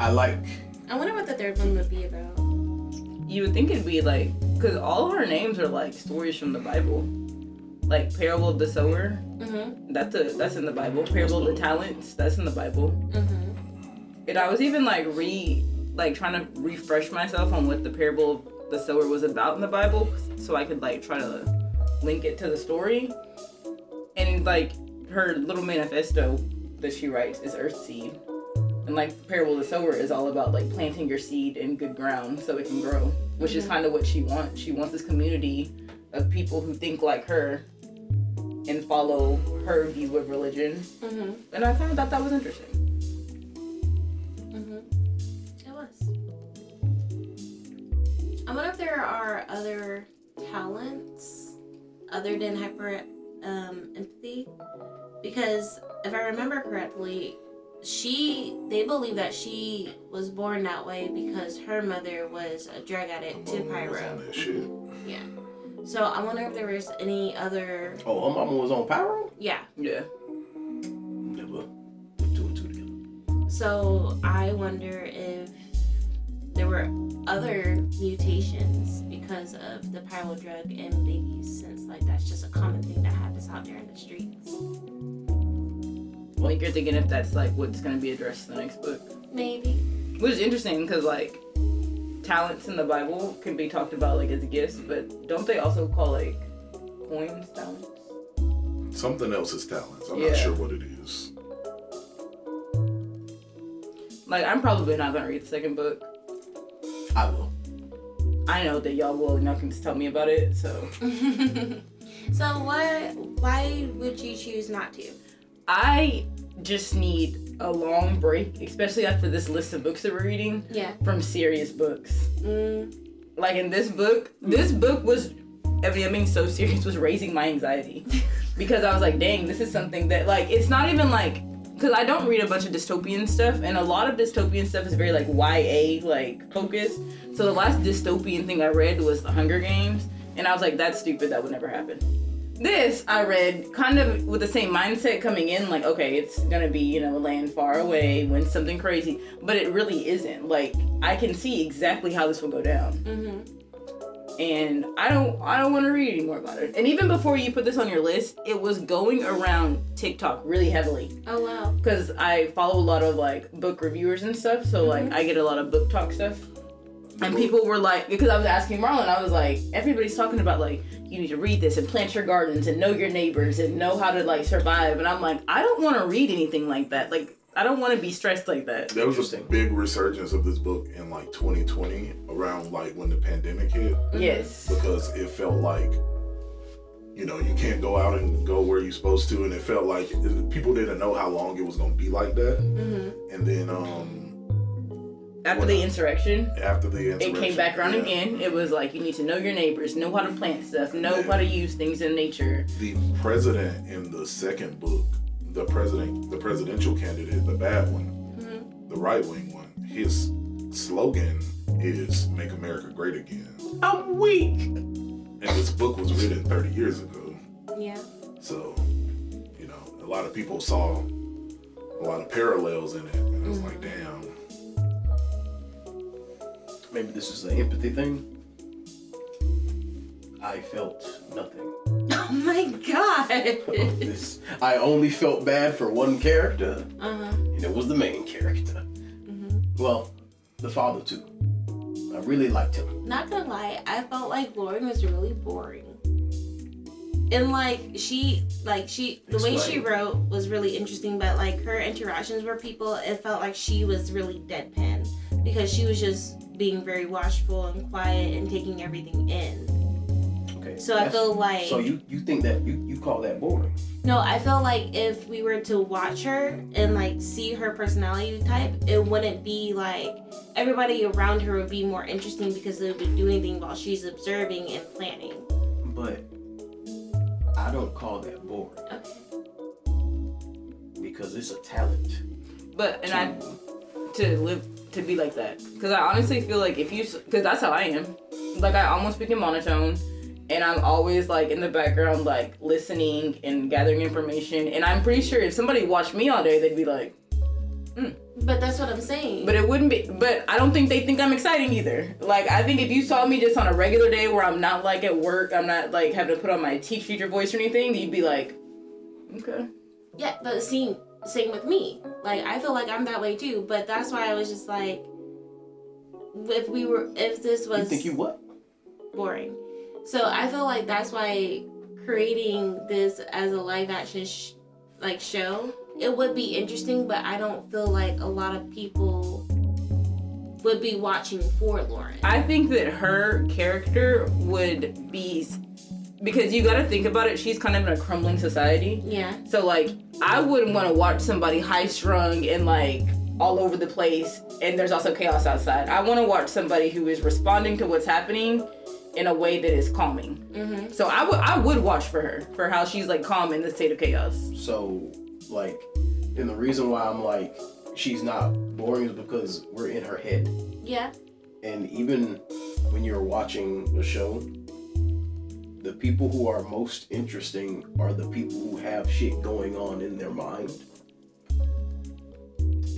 Speaker 1: I like.
Speaker 3: I wonder what the third one would be about.
Speaker 2: you would think it'd be like because all of her names are like stories from the Bible, like parable of the sower.
Speaker 3: Mhm.
Speaker 2: That's a that's in the Bible. Parable of the talents. That's in the Bible.
Speaker 3: Mm-hmm.
Speaker 2: And I was even like re like trying to refresh myself on what the parable of the sower was about in the Bible so I could like try to link it to the story. And like her little manifesto that she writes is earth seed. And like the parable of the sower is all about like planting your seed in good ground so it can grow, which is kind of what she wants. She wants this community of people who think like her and follow her view of religion.
Speaker 3: Mm-hmm.
Speaker 2: And I kind of thought that was interesting.
Speaker 3: Mm-hmm. It was. I wonder if there are other talents other than hyper um, empathy, because if I remember correctly, she they believe that she was born that way because her mother was a drug addict
Speaker 4: The
Speaker 3: to
Speaker 4: woman was on
Speaker 3: pyro.
Speaker 4: that shit.
Speaker 3: So I wonder if there was any other.
Speaker 1: Oh, her mama was on Pyro.
Speaker 3: Yeah.
Speaker 2: Yeah.
Speaker 1: Never put two and two together.
Speaker 3: So I wonder if there were other mutations because of the pyro drug in babies, since like that's just a common thing that happens out there in the streets.
Speaker 2: Like you're thinking if that's like what's gonna be addressed in the next book,
Speaker 3: Maybe.
Speaker 2: which is interesting because like talents in the Bible can be talked about like as gifts, but don't they also call like coins talents?
Speaker 4: Something else is talents. I'm
Speaker 2: Yeah.
Speaker 4: not sure what it is.
Speaker 2: Like I'm probably not gonna read the second book.
Speaker 1: I will.
Speaker 2: I know that y'all will and y'all can just tell me about it. So
Speaker 3: So what? Why would you choose not to?
Speaker 2: I just need a long break, especially after this list of books that we're reading
Speaker 3: Yeah.
Speaker 2: from serious books.
Speaker 3: Mm,
Speaker 2: Like in this book, this book was Ebony, I'm being so serious, was raising my anxiety because I was like, dang, this is something that like it's not even like because I don't read a bunch of dystopian stuff, and a lot of dystopian stuff is very like YA like focused. So the last dystopian thing I read was The Hunger Games, and I was like, that's stupid. That would never happen. This I read kind of with the same mindset coming in, like, okay, it's gonna be, you know, a land far away when something crazy, but it really isn't. Like, I can see exactly how this will go down
Speaker 3: Mm-hmm.
Speaker 2: and I don't I don't want to read anymore about it. And even before you put this on your list, it was going around TikTok really heavily
Speaker 6: Oh wow.
Speaker 2: because I follow a lot of like book reviewers and stuff. So like I get a lot of book talk stuff. And people were like, because I was asking Marlon, I was like, everybody's talking about like you need to read this and plant your gardens and know your neighbors and know how to like survive. And I'm like, I don't want to read anything like that. Like I don't want to be stressed like that.
Speaker 4: There was a
Speaker 1: Interesting.
Speaker 4: big resurgence of this book in like 2020, around like when the pandemic hit,
Speaker 2: Yes.
Speaker 4: because it felt like, you know, you can't go out and go where you're supposed to, and it felt like people didn't know how long it was gonna be like that.
Speaker 3: Mm-hmm.
Speaker 4: And then um
Speaker 2: After the insurrection,
Speaker 4: after the
Speaker 2: it
Speaker 4: insurrection,
Speaker 2: came back around
Speaker 4: yeah,
Speaker 2: again. It was like you need to know your neighbors, know how to plant stuff, know
Speaker 4: Yeah.
Speaker 2: how to use things in nature.
Speaker 4: The president in the second book, the president, the presidential candidate, the bad one,
Speaker 3: Mm-hmm.
Speaker 4: the right wing one, his slogan is "Make America Great Again."
Speaker 2: I'm weak.
Speaker 4: and this book was written 30 years ago
Speaker 3: Yeah.
Speaker 4: so you know a lot of people saw a lot of parallels in it and
Speaker 2: Mm.
Speaker 4: it was like damn
Speaker 1: Maybe this is an empathy thing. I felt nothing.
Speaker 6: Oh my god.
Speaker 1: This, I only felt bad for one character,
Speaker 6: uh
Speaker 3: Uh-huh.
Speaker 6: huh.
Speaker 1: and it was the main character.
Speaker 2: Mm-hmm.
Speaker 1: Well, the father too. I really liked him.
Speaker 3: Not gonna lie, I felt like Lauren was really boring. And like she like she the way she
Speaker 1: Explain.
Speaker 3: wrote was really interesting, but like her interactions were people, it felt like she was really deadpan because she was just being very watchful and quiet and taking everything in.
Speaker 1: Okay.
Speaker 3: So I
Speaker 1: that's-
Speaker 3: feel like
Speaker 1: So you you think that you you call that boring?
Speaker 3: No, I feel like if we were to watch her and like see her personality type, it wouldn't be like everybody around her would be more interesting because they would be doing things while she's observing and planning.
Speaker 1: But I don't call that boring
Speaker 3: Okay.
Speaker 1: because it's a talent.
Speaker 2: But and I to live to be like that because I honestly feel like if you because that's how I am. Like I almost speak in monotone, and I'm always like in the background like listening and gathering information. And I'm pretty sure if somebody watched me all day, they'd be like,
Speaker 6: But that's what I'm saying.
Speaker 2: But it wouldn't be. But I don't think they think I'm exciting either. Like I think if you saw me just on a regular day where I'm not like at work, I'm not like having to put on my teach teacher voice or anything, you'd be like, okay.
Speaker 3: Yeah, but same same with me. Like I feel like I'm that way too, but that's why I was just like if we were if this was
Speaker 1: You think you what?
Speaker 3: boring. So I feel like that's why creating this as a live action sh- like show, it would be interesting, but I don't feel like a lot of people would be watching for Lauren.
Speaker 2: I think that her character would be because you got to think about it. She's kind of in a crumbling society.
Speaker 3: yeah.
Speaker 2: So like I wouldn't want to watch somebody high strung and like all over the place and there's also chaos outside. I want to watch somebody who is responding to what's happening in a way that is calming. So I would I would watch for her for how she's like calm in the state of chaos.
Speaker 1: So like, and the reason why I'm like she's not boring is because we're in her head.
Speaker 3: Yeah.
Speaker 1: and even when you're watching a show the people who are most interesting are the people who have shit going on in their mind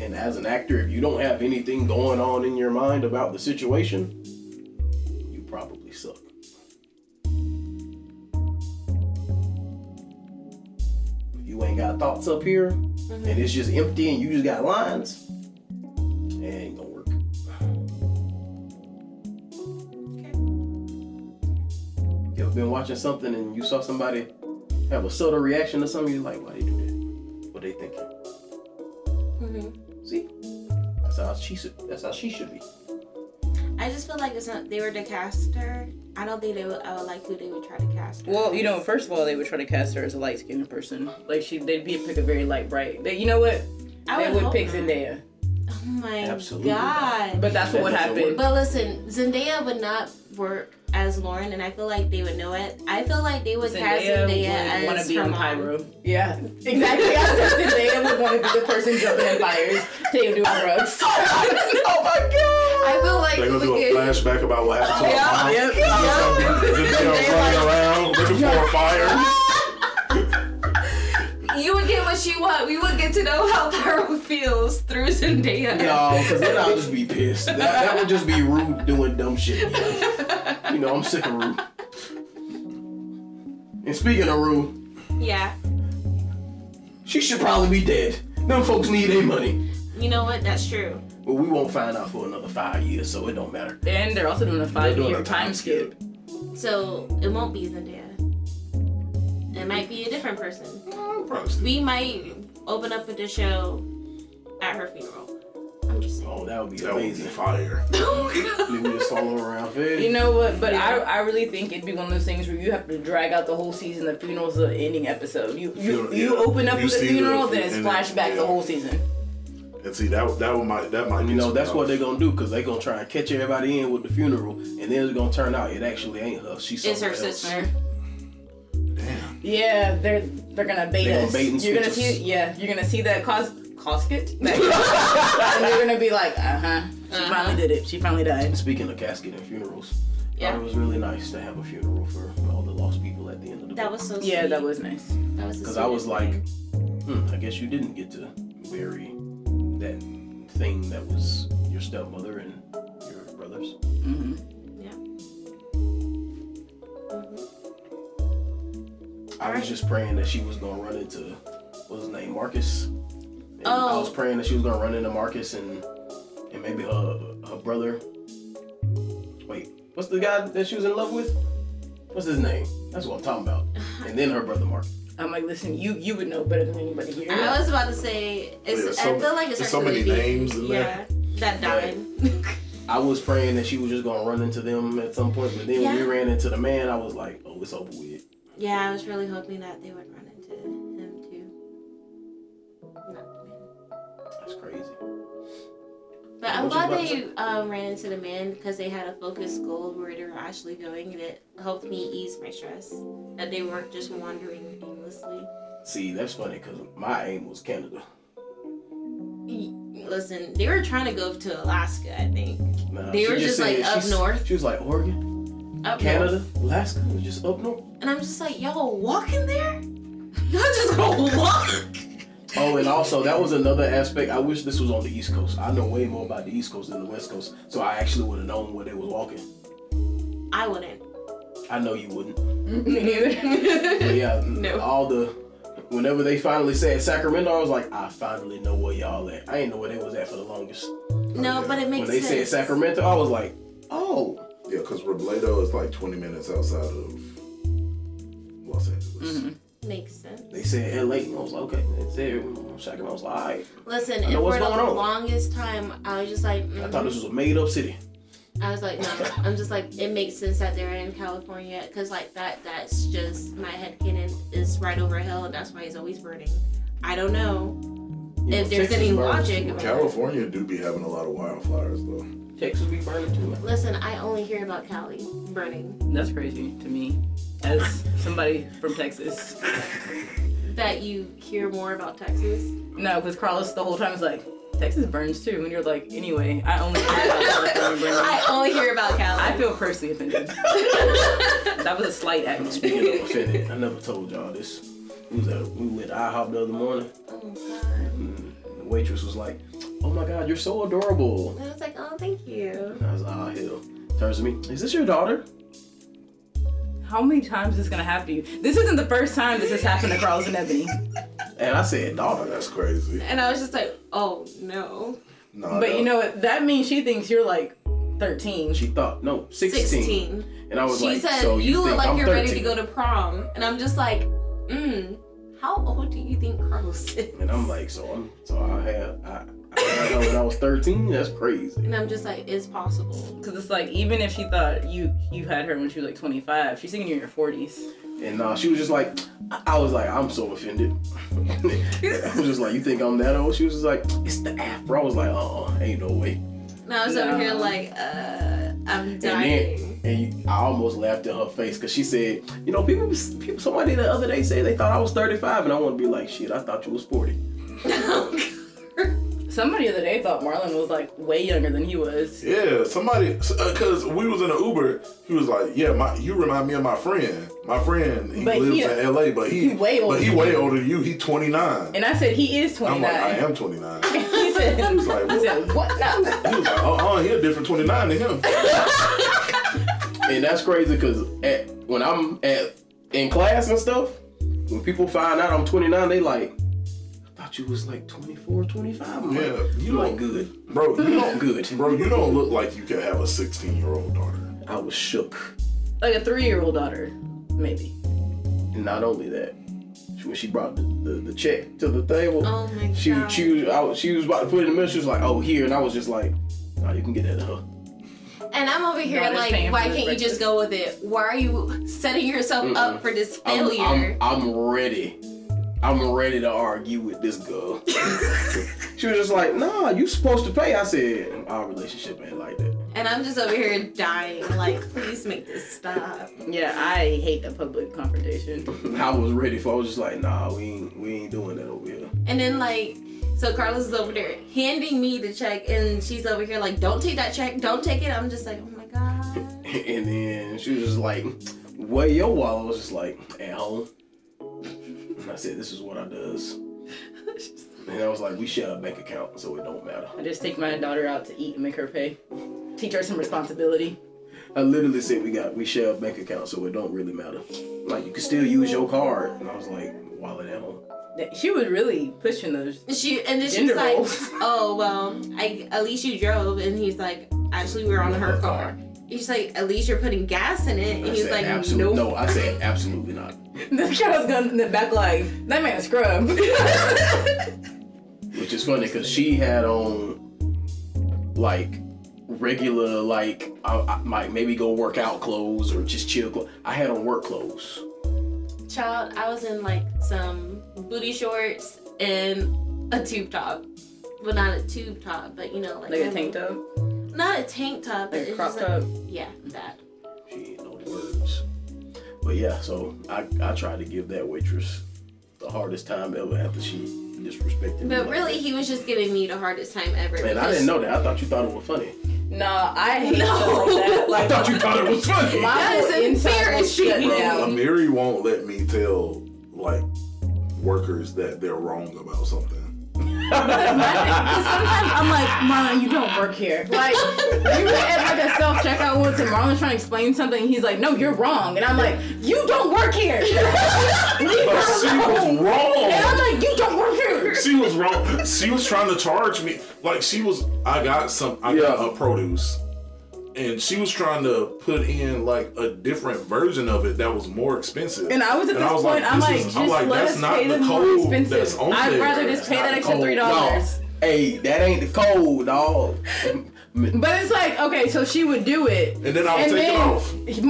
Speaker 1: and as an actor if you don't have anything going on in your mind about the situation you probably suck if you ain't got thoughts up here and it's just empty and you just got lines it ain't gonna work You ever been watching something and you saw somebody have a subtle reaction to something? You're like, why they do that? What they thinking?
Speaker 3: mm-hmm.
Speaker 1: See, that's how she should. That's how she should be.
Speaker 3: I just feel like it's not they were to cast her. I don't think they would I would like who they would try to cast her.
Speaker 2: Well, you know, first of all, they would try to cast her as a light skinned person. Like she they'd be pick a very light bright. They, you know what?
Speaker 3: I
Speaker 2: they would
Speaker 3: hope
Speaker 2: pick
Speaker 3: not.
Speaker 2: Zendaya.
Speaker 3: Oh my
Speaker 1: Absolutely
Speaker 3: god.
Speaker 2: But that's
Speaker 1: That
Speaker 2: what would
Speaker 1: doesn't
Speaker 2: happen.
Speaker 1: work.
Speaker 3: But listen, Zendaya would not work as Lauren, and I feel like they would know it. I feel like they would cast Zendaya
Speaker 2: would want
Speaker 3: as
Speaker 2: to be
Speaker 3: her
Speaker 2: on
Speaker 3: mom.
Speaker 2: Pyro. Yeah, exactly. I said Zendaya would want to be the person jumping in fires. They do drugs.
Speaker 1: Oh my god!
Speaker 6: I feel like
Speaker 4: They're gonna do a
Speaker 6: we could.
Speaker 4: flashback about what happened to
Speaker 2: Yeah,
Speaker 4: her mom.
Speaker 2: yep,
Speaker 4: Is it them running around looking for a fire?
Speaker 6: You would get what you want. We would get to know how Pyro feels through Zendaya.
Speaker 1: No, because then I'll just be pissed. That, that would just be rude doing dumb shit. You know, I'm sick of rude. And speaking of rude,
Speaker 3: Yeah,
Speaker 1: she should probably be dead. Them folks need their money.
Speaker 3: you know what? That's true.
Speaker 1: But we won't find out for another five years, so it don't matter.
Speaker 2: And they're also doing a
Speaker 4: They're
Speaker 2: five
Speaker 4: doing
Speaker 2: year
Speaker 4: a
Speaker 2: time skip.
Speaker 3: So it won't be Zendaya. It might be a different person.
Speaker 4: Probably still-
Speaker 3: We might open up with the show at her funeral. I'm just saying.
Speaker 1: Oh, that would be
Speaker 4: That would be
Speaker 1: amazing.
Speaker 4: fire.
Speaker 1: Leave me just all around.
Speaker 2: You
Speaker 1: Hey.
Speaker 2: know what? But I, I really think it'd be one of those things where you have to drag out the whole season. The funeral's the ending episode. You you,
Speaker 4: Funeral,
Speaker 2: you
Speaker 4: yeah.
Speaker 2: open up
Speaker 4: You
Speaker 2: with the
Speaker 4: see the
Speaker 2: funeral,
Speaker 4: fu-
Speaker 2: then it's
Speaker 4: and then-
Speaker 2: flashback
Speaker 4: yeah.
Speaker 2: the whole season.
Speaker 4: And see that that one might that might be
Speaker 1: You know,
Speaker 4: some
Speaker 1: that's what
Speaker 4: rough.
Speaker 1: they're gonna do, because they're gonna try and catch everybody in with the funeral, and then it's gonna turn out it actually ain't her. She's
Speaker 3: It's her
Speaker 1: someone else.
Speaker 3: sister.
Speaker 4: Damn.
Speaker 2: Yeah, they're they're gonna bait
Speaker 1: They gonna
Speaker 2: us.
Speaker 1: bait and
Speaker 2: you're gonna
Speaker 1: switch us.
Speaker 2: see yeah, you're gonna see that cos cosket. That- and you're gonna be like, uh huh. She finally did it. She finally died.
Speaker 1: Speaking of casket and funerals,
Speaker 3: Yeah.
Speaker 1: it was really nice to have a funeral for all the lost people at the end of the
Speaker 3: That was so sweet.
Speaker 2: Yeah, that was nice.
Speaker 3: That was the
Speaker 1: because I was like,
Speaker 3: sweetest
Speaker 1: hmm, I guess you didn't get to bury that thing that was your stepmother and your brothers.
Speaker 2: hmm
Speaker 3: thing. Mhm.
Speaker 1: I was just praying that she was gonna run into what's his name, Marcus. And I
Speaker 3: Oh.
Speaker 1: was praying that she was gonna run into Marcus and and maybe her her brother. Wait, what's the guy that she was in love with? What's his name? That's what I'm talking about. And then her brother Marcus.
Speaker 2: I'm like, listen, you you would know better than anybody here.
Speaker 3: I was about to say, it's,
Speaker 4: Yeah, so-
Speaker 3: I feel like it's
Speaker 4: there's so
Speaker 3: actually
Speaker 4: many
Speaker 3: the-
Speaker 4: names in
Speaker 3: yeah,
Speaker 4: there.
Speaker 3: that died.
Speaker 1: I was praying that she was just gonna run into them at some point, but then when we
Speaker 3: Yeah.
Speaker 1: ran into the man, I was like, oh, it's over with.
Speaker 3: yeah, I was really hoping that they would run into him too. Not the man.
Speaker 1: That's crazy.
Speaker 3: But
Speaker 1: What
Speaker 3: I'm
Speaker 1: you
Speaker 3: glad
Speaker 1: about to
Speaker 3: they um, ran into the man because they had a focused goal where they were actually going, and it helped me ease my stress that they weren't just wandering aimlessly.
Speaker 1: See, that's funny because my aim was Canada.
Speaker 3: Listen, they were trying to go to Alaska, I think.
Speaker 1: Nah,
Speaker 3: They
Speaker 1: she
Speaker 3: were just, like,
Speaker 1: said
Speaker 3: up
Speaker 1: she's-
Speaker 3: north?
Speaker 1: She was like Oregon,
Speaker 3: Up north.
Speaker 1: Canada, Alaska, it was just up north.
Speaker 3: And I'm just like, y'all walking there? Y'all just gonna walk?
Speaker 1: Oh, and also that was another aspect. I wish this was on the East Coast. I know way more about the East Coast than the West Coast, so I actually would have known where they was walking.
Speaker 3: I wouldn't.
Speaker 1: I know you wouldn't.
Speaker 2: Me neither.
Speaker 1: But yeah, mm,
Speaker 3: No.
Speaker 1: all the whenever they finally said Sacramento, I was like, I finally know where y'all at. I ain't know where they was at for the longest.
Speaker 3: No, but it
Speaker 1: When
Speaker 3: makes
Speaker 1: they
Speaker 3: sense.
Speaker 1: said Sacramento, I was like, oh,
Speaker 4: Yeah, because Robledo is like 20 minutes outside of Los Angeles.
Speaker 2: Mm-hmm.
Speaker 3: Makes sense.
Speaker 1: they said LA. And I was like, okay, they said Sacramento. I was like, all right.
Speaker 3: Listen,
Speaker 1: I
Speaker 3: and
Speaker 1: know
Speaker 3: for
Speaker 1: what's
Speaker 3: the
Speaker 1: going on.
Speaker 3: longest time, I was just like, mm
Speaker 1: I thought this was a made up city.
Speaker 3: I was like, no, I'm just like, it makes sense that they're in California because like that, that's just my head cannon is right over a hill, and that's why it's always burning. I don't know.
Speaker 1: You know,
Speaker 3: If there's
Speaker 1: Texas
Speaker 3: any
Speaker 1: burns
Speaker 3: logic
Speaker 1: too.
Speaker 3: about
Speaker 4: California do be having a lot of wildfires though.
Speaker 1: Texas be burning too.
Speaker 3: Listen, I only hear about Cali burning.
Speaker 2: That's crazy to me, as somebody from Texas.
Speaker 3: That you hear more about Texas.
Speaker 2: No, because Carlos the whole time is like, Texas burns too, and you're like, anyway, I only. I
Speaker 3: I only hear about Cali. Oh,
Speaker 2: I feel personally offended. that was a slight act.
Speaker 1: Speaking of offended, I never told y'all this. We was at we went to IHOP the other morning.
Speaker 3: oh god.
Speaker 1: And the waitress was like, "Oh my God, you're so adorable."
Speaker 3: And I was like, oh, thank you.
Speaker 1: And I was like, "Ah, hell." Turns to me, "Is this your daughter?"
Speaker 2: How many times is this gonna happen to you? This isn't the first time this has happened to Carlos and Ebony.
Speaker 1: And I said,
Speaker 4: Oh,
Speaker 1: "Daughter."
Speaker 4: that's crazy.
Speaker 3: And I was just like, oh no.
Speaker 4: Nah,
Speaker 2: But
Speaker 4: that-
Speaker 2: you know what? That means she thinks you're like 13.
Speaker 1: She thought, "No, 16.
Speaker 3: 16.
Speaker 1: And I was
Speaker 3: She
Speaker 1: like,
Speaker 3: said,
Speaker 1: "So
Speaker 3: you, look
Speaker 1: think
Speaker 3: like
Speaker 1: I'm
Speaker 3: you're
Speaker 1: 13.
Speaker 3: ready to go to prom. And I'm just like, mm, how old do you think Carlos is?
Speaker 1: And I'm like, "So I'm, so I have, I, I had her when I was 13. That's crazy."
Speaker 3: And I'm just like, it's possible.
Speaker 2: Because it's like, even if she thought you you had her when she was like 25, she's thinking you're in your 40s.
Speaker 1: And uh, she was just like, I- I was like, I'm so offended. I was just like, you think I'm that old? She was just like, it's the afro. I was like, uh, uh "Uh-uh, ain't no way.
Speaker 3: And I was over
Speaker 2: No.
Speaker 3: here like, uh,
Speaker 1: then-
Speaker 3: I'm dying.
Speaker 1: and, and you, I almost laughed in her face because she said, you know, people, people, somebody the other day said they thought I was 35, and I want to be like, shit, I thought you was 40.
Speaker 2: Somebody the other day thought Marlon was like way younger than he was.
Speaker 4: Yeah, somebody, because we was in an Uber. He was like, "Yeah, my, you remind me of my friend. My friend, he
Speaker 2: But
Speaker 4: lives
Speaker 2: he-
Speaker 4: in L.A., but he,
Speaker 2: he way older
Speaker 4: but he
Speaker 2: than
Speaker 4: way
Speaker 2: you.
Speaker 4: older than you. He 29."
Speaker 2: And I said, he is 29.
Speaker 4: I'm like, I am 29. He
Speaker 2: He said,
Speaker 4: was like,
Speaker 2: I
Speaker 4: what?
Speaker 2: said, what? No.
Speaker 4: He was like, uh uh, he a different 29 than him.
Speaker 1: And that's crazy because at when I'm at in class and stuff, when people find out I'm 29, they like, I thought you was like 24, 25. I'm like,
Speaker 4: Yeah, you
Speaker 1: you look
Speaker 4: don't-
Speaker 1: good.
Speaker 4: Bro, you
Speaker 1: You
Speaker 4: don't
Speaker 1: look good.
Speaker 4: Bro, you don't look like you could have a 16 year old daughter.
Speaker 1: I was shook.
Speaker 2: Like a three year old daughter, maybe.
Speaker 1: And not only that, when she brought the, the, the check to the table,
Speaker 7: Oh my
Speaker 1: she,
Speaker 7: god.
Speaker 1: she, was, I was, she was about to put it in the middle. She was like, oh, here. And I was just like, nah, you can get that to her.
Speaker 3: And I'm over here
Speaker 2: Not as paying
Speaker 3: like,
Speaker 2: for
Speaker 3: why
Speaker 2: the
Speaker 3: can't you
Speaker 2: breakfast.
Speaker 3: just go with it? Why are you setting yourself up for this
Speaker 1: I'm,
Speaker 3: failure?
Speaker 1: I'm, I'm ready. I'm ready to argue with this girl. she was just like, nah, you supposed to pay. I said, our relationship ain't like that.
Speaker 3: and I'm just over here dying. Like, please make this stop.
Speaker 2: Yeah, I hate the public confrontation.
Speaker 1: I was ready for. I was just like, nah, we ain't we ain't doing that over here.
Speaker 3: And then like, so Carlos is over there handing me the check, and she's over here like, don't take that check, don't take it. I'm just like, oh my god.
Speaker 1: And then she was just like, where your wallet? I was just like, at home. And I said, this is what I does. And I was like, we share a bank account, so it don't matter.
Speaker 2: I just take my daughter out to eat and make her pay. Teach her some responsibility.
Speaker 1: I literally said we got we share a bank account, so it don't really matter. Like you can still use your card. And I was like, wallet at home.
Speaker 2: That- She was really pushing those.
Speaker 3: She and then she's
Speaker 2: Gender
Speaker 3: like,
Speaker 2: roles.
Speaker 3: oh well, I at least you drove. And he's like, actually, we were on her car. He's like, at least you're putting gas in it. And
Speaker 1: I
Speaker 3: he's
Speaker 1: said,
Speaker 3: like,
Speaker 1: absolutely
Speaker 3: nope.
Speaker 1: no. I said absolutely not.
Speaker 2: The girl's gun in the back like, that man a scrub.
Speaker 1: Which is funny because she had on like regular like I, I might maybe go work out clothes or just chill clothes. I had on work clothes.
Speaker 3: Child, I was in like some booty shorts and a tube top. Well, not a tube top, but you know, like,
Speaker 2: like a tank top.
Speaker 3: Not a tank top, but
Speaker 2: Like a
Speaker 3: it's
Speaker 2: crop
Speaker 3: just
Speaker 2: top.
Speaker 3: Like, yeah, that.
Speaker 1: She ain't know the words. But yeah, so I, I tried to give that waitress the hardest time ever after she disrespected me.
Speaker 3: But
Speaker 1: like
Speaker 3: really, he was just giving me the hardest time ever.
Speaker 1: that. Man, I
Speaker 3: because-
Speaker 1: didn't know that. I thought you thought it was funny.
Speaker 2: Nah, I hate
Speaker 3: No.
Speaker 2: stuff like that. Like,
Speaker 1: I thought you thought it was funny.
Speaker 2: my
Speaker 3: That
Speaker 2: whole
Speaker 3: is
Speaker 2: inside was shut
Speaker 3: embarrassing.
Speaker 4: Bro,
Speaker 2: down.
Speaker 4: Amiri won't let me tell like workers that they're wrong about something.
Speaker 2: Cause sometimes I'm like, Marlon, you don't work here. Like, we were at like a self checkout once, and Marlon's trying to explain something. And he's like, No, you're wrong. And I'm like, You don't work here. Leave
Speaker 4: But she
Speaker 2: her alone.
Speaker 4: was wrong.
Speaker 2: And I'm like, You don't work here.
Speaker 4: she was wrong. She was trying to charge me. Like she was. I got some. I got
Speaker 1: Yeah.
Speaker 4: a produce, and she was trying to put in like a different version of it that was more expensive.
Speaker 2: And I was at this
Speaker 4: I
Speaker 2: point, I'm
Speaker 4: this
Speaker 2: like,
Speaker 4: is-
Speaker 2: just let us pay the more expensive.
Speaker 4: that's on
Speaker 2: I'd
Speaker 4: there.
Speaker 2: rather just
Speaker 4: It's
Speaker 2: pay
Speaker 4: not
Speaker 2: that
Speaker 4: the
Speaker 2: extra
Speaker 4: code.
Speaker 2: $3.
Speaker 1: No.
Speaker 2: dollars.
Speaker 1: Hey, that ain't the code, dog.
Speaker 2: But it's like, okay, so she would do it.
Speaker 4: And then I would
Speaker 2: And
Speaker 4: take
Speaker 2: then
Speaker 4: it off.
Speaker 2: Mom, it's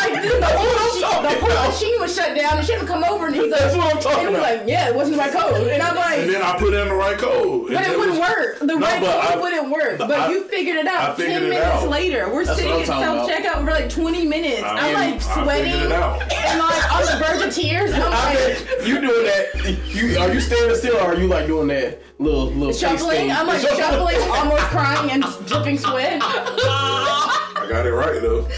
Speaker 2: like the, the whole, she, the whole machine was shut down, and she had to come over, and he's like,
Speaker 4: That's what I'm talking
Speaker 2: and he was
Speaker 4: about.
Speaker 2: like, yeah, it wasn't my code, and I'm like,
Speaker 4: And then I put in the right code. And
Speaker 2: but
Speaker 4: then
Speaker 2: it wouldn't
Speaker 4: was-
Speaker 2: work. The
Speaker 4: No,
Speaker 2: right
Speaker 4: but
Speaker 2: code
Speaker 4: I-
Speaker 2: wouldn't work. But
Speaker 4: I-
Speaker 2: you figured it out.
Speaker 4: I figured
Speaker 2: Ten
Speaker 4: it
Speaker 2: minutes
Speaker 4: out.
Speaker 2: later, we're
Speaker 1: That's
Speaker 2: sitting
Speaker 1: what
Speaker 2: at
Speaker 1: I'm
Speaker 2: self
Speaker 1: talking
Speaker 2: checkout for like 20 minutes.
Speaker 4: I-
Speaker 2: I'm like
Speaker 4: I
Speaker 2: sweating
Speaker 4: figured it out.
Speaker 2: and like on the verge of tears. And I'm like,
Speaker 1: you doing that? You are you standing still or are you like doing that little little face
Speaker 2: shuffling.
Speaker 1: thing?
Speaker 2: I'm like shuffling, almost crying and dripping sweat.
Speaker 4: I got it right though.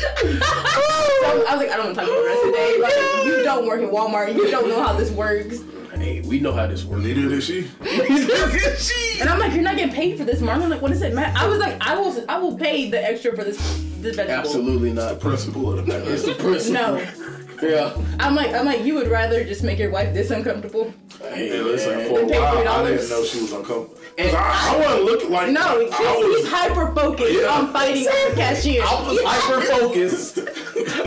Speaker 2: So I was like, I don't want to talk about the rest of the day. Like, you don't work at Walmart. You don't know how this works.
Speaker 1: Hey, we know how this works.
Speaker 4: Neither did she.
Speaker 2: And I'm like, you're not getting paid for this, Marlon. Like, what does it matter? I was like, I will, I will pay the extra for this, this vegetable.
Speaker 1: Absolutely not.
Speaker 4: Principal of the
Speaker 1: It's
Speaker 4: matter.
Speaker 1: the principle.
Speaker 2: No,
Speaker 1: Yeah.
Speaker 2: I'm like, I'm like, you would rather just make your wife this uncomfortable.
Speaker 1: Hey,
Speaker 4: Hey, listen,
Speaker 1: man.
Speaker 4: for a
Speaker 2: They paid
Speaker 4: while I
Speaker 2: $3.
Speaker 4: didn't know she was uncomfortable. 'Cause
Speaker 1: And-
Speaker 4: I, I wasn't looking like
Speaker 2: No,
Speaker 4: I,
Speaker 2: he's, he's hyper focused
Speaker 4: Yeah.
Speaker 2: on fighting the cashier.
Speaker 1: I was hyper focused.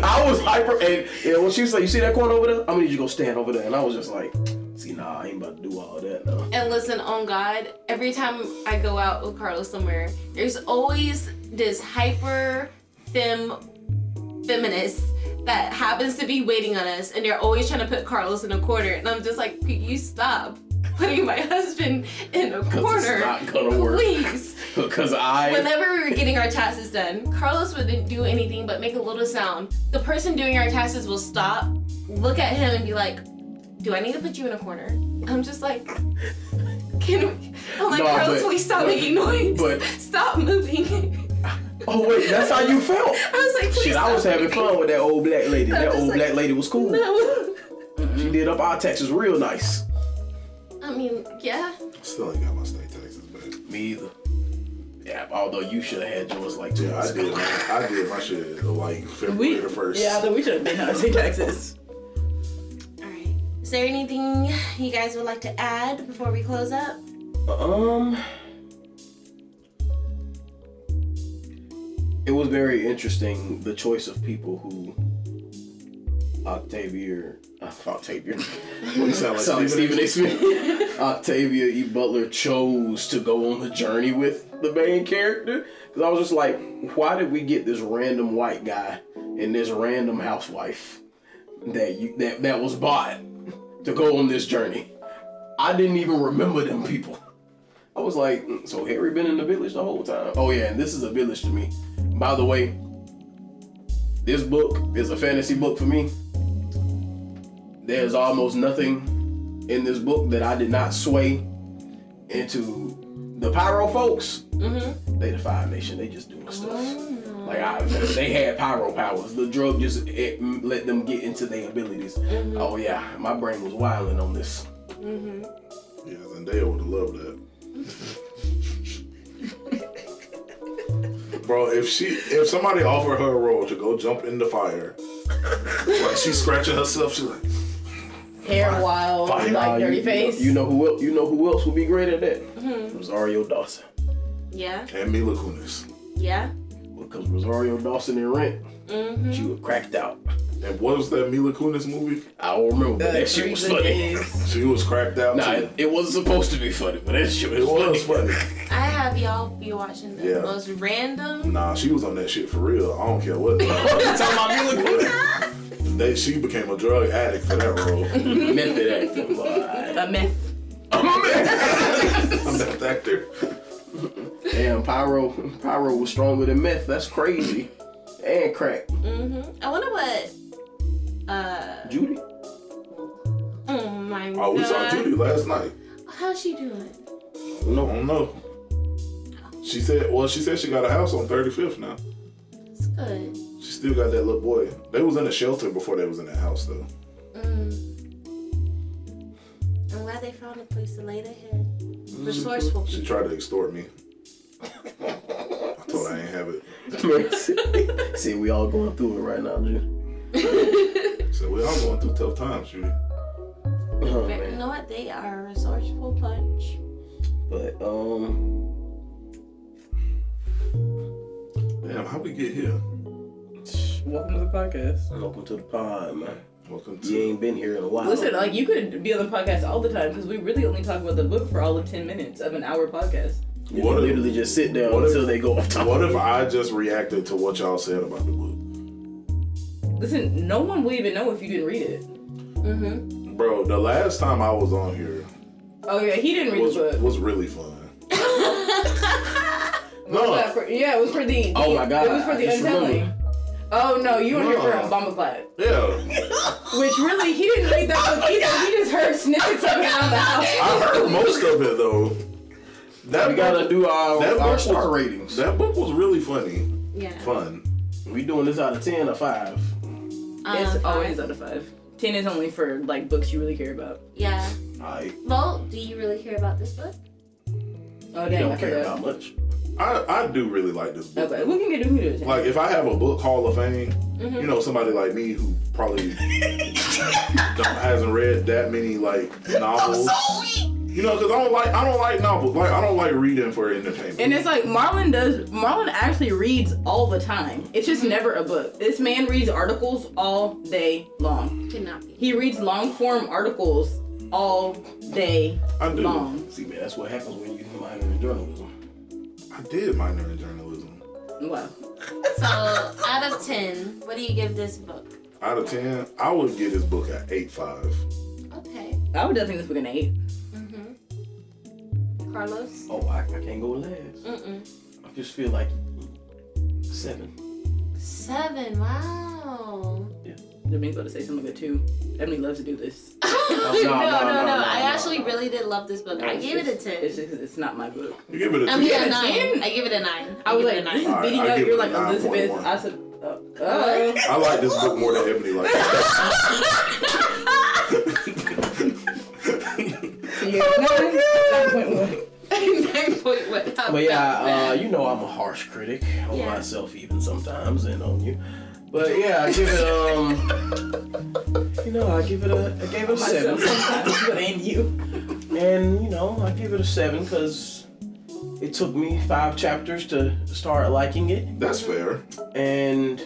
Speaker 1: I was hyper, and, and when she was like, "You see that corner over there? I'm gonna need you to go stand over there." And I was just like, "See, nah, I ain't about to do all that." No.
Speaker 3: And listen, on God, every time I go out with Carlos somewhere, there's always this hyper fem feminist that happens to be waiting on us, and they're always trying to put Carlos in a corner. And I'm just like, could you stop putting my husband in a
Speaker 1: Because
Speaker 3: corner?
Speaker 1: it's not gonna work.
Speaker 3: Please.
Speaker 1: Because I.
Speaker 6: Whenever we were getting our taxes done, Carlos wouldn't do anything but make a little sound. The person doing our taxes will stop, look at him, and be like, "Do I need to put you in a corner?" I'm just like, "Can we?" I'm like,
Speaker 1: No,
Speaker 6: "Carlos,
Speaker 1: but-
Speaker 6: please stop
Speaker 1: but-
Speaker 6: making noise.
Speaker 1: but-
Speaker 6: stop moving."
Speaker 1: Oh wait, that's how you felt.
Speaker 6: I was like, "Please
Speaker 1: Shit,
Speaker 6: stop
Speaker 1: I was having
Speaker 6: moving."
Speaker 1: fun with that old black lady.
Speaker 6: I'm
Speaker 1: That
Speaker 6: just
Speaker 1: old
Speaker 6: like-
Speaker 1: black lady was cool.
Speaker 6: No.
Speaker 1: She did up our taxes real nice.
Speaker 6: I mean, yeah.
Speaker 4: Still ain't got my state taxes back.
Speaker 1: Me either. Yeah, although you should have had yours like two
Speaker 4: Yeah, I
Speaker 1: months
Speaker 4: did.
Speaker 1: ago.
Speaker 4: I did my shit like February
Speaker 2: We,
Speaker 4: the first.
Speaker 2: yeah, then we should have been out to Texas.
Speaker 3: All right. Is there anything you guys would like to add before we close up?
Speaker 1: Um, it was very interesting the choice of people who Octavia, uh, Octavia,
Speaker 4: Well, you sound like
Speaker 1: Sound like
Speaker 4: Stephen
Speaker 1: Stephen A. Smith. Octavia E. Butler chose to go on the journey with the main character because I was just like, why did we get this random white guy and this random housewife that you that that was bought to go on this journey? I didn't even remember them people. I was like, "Mm, so Harry been in the village the whole time? Oh yeah, and this is a village to me. By the way, this book is a fantasy book for me. There's almost nothing in this book that I did not sway into the pyro folks. They the Five Nation. They just doing stuff. Like I, they had pyro powers. The drug just it, m- let them get into their abilities. Oh yeah, my brain was wilding on this.
Speaker 4: Yeah, Zendaya would have loved that. Bro, if she, if somebody offered her a role to go jump in the fire, like she's scratching herself, she's like,
Speaker 2: Hair wild,
Speaker 1: Nah,
Speaker 2: like dirty
Speaker 1: you,
Speaker 2: face.
Speaker 1: You know, you know who else? You know who else would be great at that? Rosario Dawson.
Speaker 3: Yeah.
Speaker 4: and Mila Kunis,
Speaker 3: Yeah.
Speaker 1: Because Rosario Dawson in Rent, she was cracked out.
Speaker 4: and what was that Mila Kunis movie?
Speaker 1: I don't remember, but that
Speaker 2: That
Speaker 1: shit was
Speaker 2: reason
Speaker 1: funny.
Speaker 2: is-
Speaker 4: She was cracked out.
Speaker 1: Nah,
Speaker 4: too.
Speaker 1: it, it wasn't supposed to be funny, but that shit was,
Speaker 4: it was
Speaker 1: funny.
Speaker 4: funny.
Speaker 3: I have y'all be watching the
Speaker 4: Yeah.
Speaker 3: most random.
Speaker 4: Nah, she was on that shit for real. I don't care what.
Speaker 1: Talking about Mila Kunis.
Speaker 4: they, she became a drug addict for that role.
Speaker 1: Method acting, boy.
Speaker 2: A myth.
Speaker 4: I'm that actor.
Speaker 1: Damn, pyro, pyro was stronger than meth. That's crazy. And crack,
Speaker 3: Mm-hmm. I wonder what. Uh.
Speaker 1: Judy.
Speaker 3: Oh my
Speaker 4: Oh, we saw
Speaker 3: god.
Speaker 4: Judy last night.
Speaker 3: How's she doing?
Speaker 4: I
Speaker 1: No,
Speaker 4: don't know. She said, well, she said she got a house on 35th now.
Speaker 3: It's good.
Speaker 4: She still got that little boy. They was in a shelter before they was in that house though.
Speaker 3: Mm. I'm glad they found a place to lay their head. Resourceful.
Speaker 4: Mm-hmm. She tried to extort me. I told her I ain't have it.
Speaker 1: see, we all going through it right now, Judy.
Speaker 4: So we all going through tough times, Judy.
Speaker 1: Oh,
Speaker 3: But you
Speaker 1: man.
Speaker 3: know what? They are a resourceful bunch.
Speaker 1: But um,
Speaker 4: Damn, how we get here?
Speaker 2: Welcome to the podcast.
Speaker 1: welcome to the pod, man.
Speaker 4: Welcome to
Speaker 1: You ain't been here in a while.
Speaker 2: Listen, uh, like you could be on the podcast all the time because we really only talk about the book for all of ten minutes of an hour podcast.
Speaker 1: you
Speaker 4: What
Speaker 1: can
Speaker 4: if-
Speaker 1: literally just sit down
Speaker 4: what if-
Speaker 1: until they go off topic.
Speaker 4: What if I just reacted to what y'all said about the book?
Speaker 2: Listen, no one would even know if you didn't read it.
Speaker 3: Mm-hmm.
Speaker 4: Bro, the last time I was on here
Speaker 2: Oh yeah, he didn't read
Speaker 4: was
Speaker 2: the book.
Speaker 4: was really fun.
Speaker 2: Yeah,
Speaker 4: no.
Speaker 2: for- yeah, it was for the.
Speaker 1: Oh
Speaker 2: the-
Speaker 1: my God,
Speaker 2: It was for
Speaker 1: I
Speaker 2: the
Speaker 1: just
Speaker 2: untelling.
Speaker 1: remembered.
Speaker 2: Oh no, you were here for
Speaker 4: No.
Speaker 2: Obama Clap,
Speaker 4: Yeah.
Speaker 2: which really he didn't read
Speaker 1: Oh
Speaker 2: that book either. He just heard snippets of it around the house.
Speaker 4: I heard most of it though. That
Speaker 1: We gotta do our,
Speaker 4: that
Speaker 1: our
Speaker 4: book
Speaker 1: star
Speaker 4: was-
Speaker 1: ratings.
Speaker 4: That book was really funny.
Speaker 3: Yeah.
Speaker 4: Fun.
Speaker 1: We doing this out of ten or five.
Speaker 3: Um,
Speaker 2: It's always out of five. Ten is only for like books you really care about.
Speaker 3: Yeah.
Speaker 1: I
Speaker 3: Well, do you really care about this book?
Speaker 2: Oh
Speaker 1: you
Speaker 2: dang, I
Speaker 1: don't care about
Speaker 2: forgot.
Speaker 1: much.
Speaker 4: I, I do really like this book.
Speaker 2: Okay, we Mm-hmm. can get a who to
Speaker 4: Like if I have a book hall of fame, you know, somebody like me who probably don't, hasn't read that many like novels. You know, because I don't like I don't like novels. Like I don't like reading for entertainment.
Speaker 2: And it's like Marlon does. Marlon actually reads all the time. It's
Speaker 3: Mm-hmm.
Speaker 2: just never a book. This man reads articles all day long.
Speaker 3: Could not be.
Speaker 2: He reads long form articles all day
Speaker 4: I do.
Speaker 2: long.
Speaker 1: See, man, that's what happens when you minor in journalism.
Speaker 4: I did minor in journalism.
Speaker 2: Wow.
Speaker 3: So, out of 10, what do you give this book?
Speaker 4: Out of ten, I would give this book an eight five.
Speaker 3: Okay.
Speaker 2: I would definitely think this book an eight.
Speaker 3: Mm-hmm. Carlos?
Speaker 1: Oh, I, I can't go last.
Speaker 3: Mm-mm.
Speaker 1: I just feel like seven.
Speaker 3: Seven. Wow.
Speaker 2: Jermaine's about to say something good too. Ebony loves to do this.
Speaker 3: no,
Speaker 1: no,
Speaker 3: no, no,
Speaker 1: no, no,
Speaker 3: I
Speaker 1: no,
Speaker 3: actually
Speaker 1: no.
Speaker 3: really did love this book. I
Speaker 2: It's
Speaker 3: gave it a
Speaker 2: just- It's
Speaker 3: ten.
Speaker 2: just it's not my book.
Speaker 4: You give it a
Speaker 3: I mean,
Speaker 2: Yeah,
Speaker 3: a
Speaker 4: three.
Speaker 3: nine.
Speaker 2: 10.
Speaker 3: I give it a nine. I
Speaker 2: I was
Speaker 3: give it
Speaker 2: like,
Speaker 3: a
Speaker 2: this
Speaker 3: nine.
Speaker 2: is
Speaker 4: All right,
Speaker 2: beating
Speaker 4: I
Speaker 2: up.
Speaker 4: give
Speaker 2: You're
Speaker 4: it a
Speaker 2: like
Speaker 4: 9.1.
Speaker 2: Elizabeth. I said, uh, uh.
Speaker 4: I like this book more than Ebony likes.
Speaker 8: Yeah, nine, point one.
Speaker 3: nine point one.
Speaker 1: But yeah, uh, you know I'm a harsh critic on
Speaker 3: Yeah.
Speaker 1: myself even sometimes and on you. But yeah, I give it um you know, I give it a I gave it a seven.
Speaker 2: myself sometimes, but and you.
Speaker 1: And you know, I give it a seven because it took me five chapters to start liking it.
Speaker 4: That's fair.
Speaker 1: And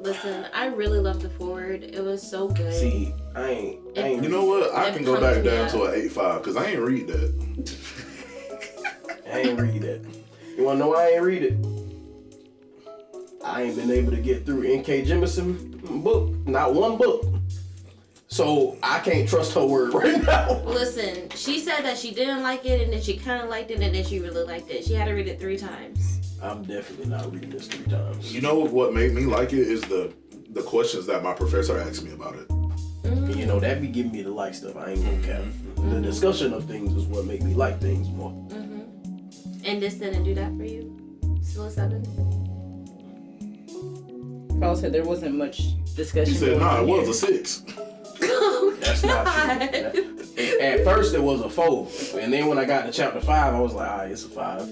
Speaker 3: Listen, I really loved the forward. It was so good.
Speaker 1: see, I ain't I ain't
Speaker 4: You know what? I
Speaker 3: It
Speaker 4: can go
Speaker 3: pumped
Speaker 4: back
Speaker 3: me
Speaker 4: down
Speaker 3: up.
Speaker 4: to an eight five because I ain't read that.
Speaker 1: I ain't read it. You wanna know why I ain't read it? I ain't been able to get through N.K. Jemisin book, not one book. So I can't trust her word right now.
Speaker 3: Listen, she said that she didn't like it, and then she kind of liked it, and then she really liked it. She had to read it three times.
Speaker 1: I'm definitely not reading this three times.
Speaker 4: You know what made me like it is the the questions that my professor asked me about it.
Speaker 1: You know that be giving me the like stuff. I ain't gonna cap. The discussion of things is what make me like things more.
Speaker 3: And this didn't do that for you. Still a seven.
Speaker 2: Carlos said there wasn't much discussion.
Speaker 4: He said,
Speaker 2: going
Speaker 4: "Nah, it
Speaker 2: on
Speaker 4: was
Speaker 2: here."
Speaker 4: a six.
Speaker 3: Oh,
Speaker 1: That's not true. At- At first it was a four, and then when I got to chapter five, I was like, ah, it's a five.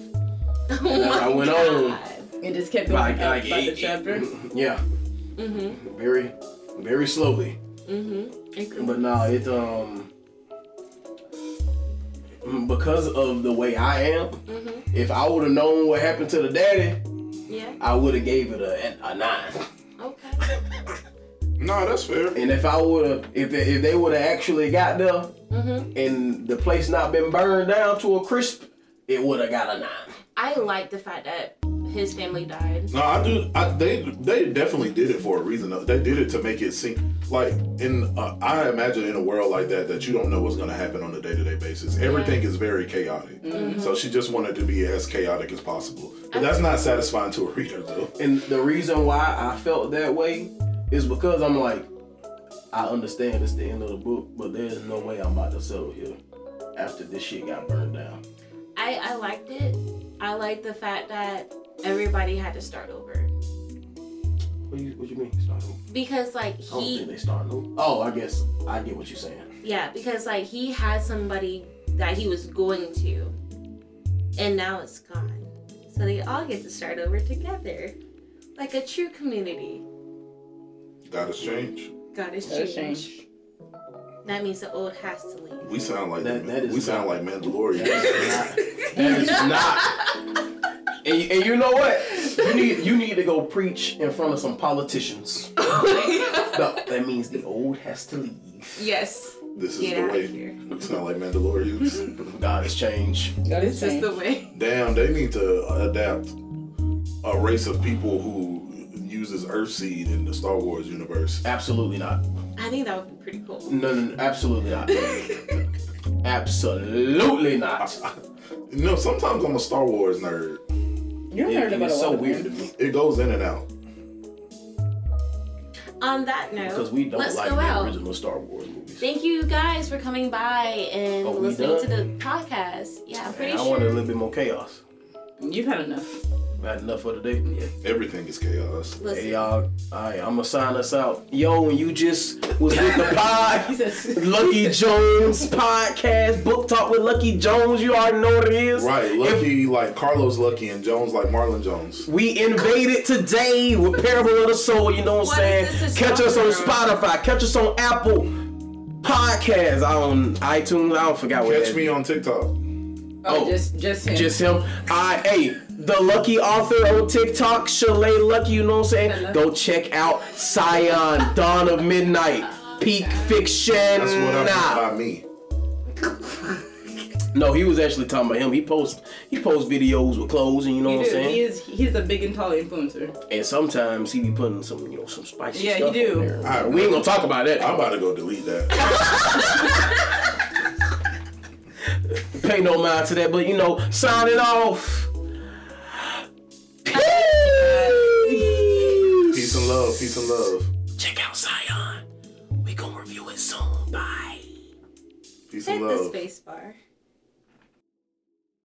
Speaker 1: And as I went on,
Speaker 2: It just kept going
Speaker 1: like
Speaker 2: up
Speaker 1: like
Speaker 2: by
Speaker 1: eight,
Speaker 2: the chapter.
Speaker 1: yeah, mm-hmm. very, very slowly.
Speaker 3: Mm-hmm.
Speaker 1: But no, it um because of the way I am, if I would have known what happened to the daddy,
Speaker 3: Yeah.
Speaker 1: I would have gave it a, a nine.
Speaker 3: Okay.
Speaker 4: Nah, that's fair.
Speaker 1: And if I would have, if they, if they would have actually got there, and the place not been burned down to a crisp, it would have got a nine.
Speaker 3: I like the fact that his family died.
Speaker 4: No, I do. I, they they definitely did it for a reason. though. They did it to make it seem like in uh, I imagine in a world like that that you don't know what's gonna happen on a day to day basis. Everything is very chaotic.
Speaker 3: Mm-hmm.
Speaker 4: So she just wanted to be as chaotic as possible. But that's not satisfying to a reader though.
Speaker 1: And the reason why I felt that way is because I'm like, I understand it's the end of the book, but there's no way I'm about to settle here after this shit got burned down.
Speaker 3: I I liked it. I like the fact that everybody had to start over
Speaker 1: What do you, what you mean? Start over?
Speaker 3: because like
Speaker 1: I don't
Speaker 3: he
Speaker 1: think they start over. Oh, I guess I get what you're saying.
Speaker 3: Yeah, because like he had somebody that he was going to, and now it's gone. So they all get to start over together, like a true community.
Speaker 4: That has changed.
Speaker 3: God is
Speaker 2: That's
Speaker 3: changed.
Speaker 2: change.
Speaker 3: That means the old has to leave.
Speaker 4: We sound like
Speaker 1: That- that is
Speaker 4: we sound like
Speaker 1: not-
Speaker 4: Mandalorian.
Speaker 1: That is not. That is not. And, you- and you know what? You need you need to go preach in front of some politicians. No, that means the old has to leave.
Speaker 3: Yes,
Speaker 4: this is
Speaker 3: Get
Speaker 4: the
Speaker 3: outta
Speaker 4: way.
Speaker 3: here.
Speaker 4: We sound like Mandalorians.
Speaker 1: God has changed.
Speaker 2: That is
Speaker 3: that's
Speaker 2: change.
Speaker 3: the way.
Speaker 4: Damn, they need to adapt a race of people who uses Earthseed in the Star Wars universe.
Speaker 1: Absolutely not.
Speaker 3: I think that would be pretty cool.
Speaker 1: No, no, no absolutely not. absolutely not.
Speaker 4: You know, sometimes I'm a Star Wars nerd.
Speaker 2: You're
Speaker 1: It-
Speaker 2: heard about
Speaker 1: it's
Speaker 2: a
Speaker 1: so
Speaker 2: lot of
Speaker 1: weird to
Speaker 2: things.
Speaker 1: me
Speaker 4: It goes in and out.
Speaker 3: On that note,
Speaker 1: because we don't
Speaker 3: let's
Speaker 1: like
Speaker 3: go
Speaker 1: the
Speaker 3: out.
Speaker 1: original Star Wars movies.
Speaker 3: Thank you guys for coming by and
Speaker 1: Are Oh, we
Speaker 3: listening to the
Speaker 1: done?
Speaker 3: podcast. Yeah, I'm pretty
Speaker 1: And I
Speaker 3: sure.
Speaker 1: wanted a little bit more chaos.
Speaker 2: You've had enough.
Speaker 1: I've had enough for today.
Speaker 2: Yeah.
Speaker 4: Everything is chaos.
Speaker 3: Listen,
Speaker 1: Hey y'all, alright, I'ma sign us out. Yo, and you just was with the pod, Lucky Jones podcast, book talk with Lucky Jones. You already know what it is.
Speaker 4: Right,
Speaker 1: If
Speaker 4: Lucky like Carlos Lucky and Jones like Marlon Jones.
Speaker 1: we invaded today with Parable of the Soul. You know what I'm
Speaker 3: What
Speaker 1: saying?
Speaker 3: is this
Speaker 1: Catch us on
Speaker 3: genre?
Speaker 1: Spotify. Catch us on Apple Podcasts. On iTunes. I don't forgot what.
Speaker 4: Catch
Speaker 1: that-
Speaker 4: me on TikTok.
Speaker 2: Oh,
Speaker 1: Oh.
Speaker 2: just just him.
Speaker 1: Just him. I hey, the lucky author on TikTok, Shalay Lucky, you know what I'm saying? Go check out Scion, Dawn of Midnight, Peak Fiction.
Speaker 4: That's what
Speaker 1: Nah.
Speaker 4: happened by me.
Speaker 1: No, he was actually talking about him. He posts he posts videos with clothes and you know
Speaker 2: You
Speaker 1: what I'm
Speaker 2: do. He
Speaker 1: saying?
Speaker 2: is he's a big and tall influencer.
Speaker 1: And sometimes he be putting some, you know, some spicy
Speaker 2: Yeah, he
Speaker 1: stuff
Speaker 2: do.
Speaker 1: on there.
Speaker 4: All right,
Speaker 1: We ain't gonna talk about that.
Speaker 4: I'm about to go delete that.
Speaker 1: no mind to that, but you know, sign it off.
Speaker 4: Peace and love. Peace and love.
Speaker 1: Check out Zion. We gonna review it soon. Bye.
Speaker 4: Peace
Speaker 6: Hit
Speaker 4: and
Speaker 6: the
Speaker 4: love.
Speaker 6: space bar.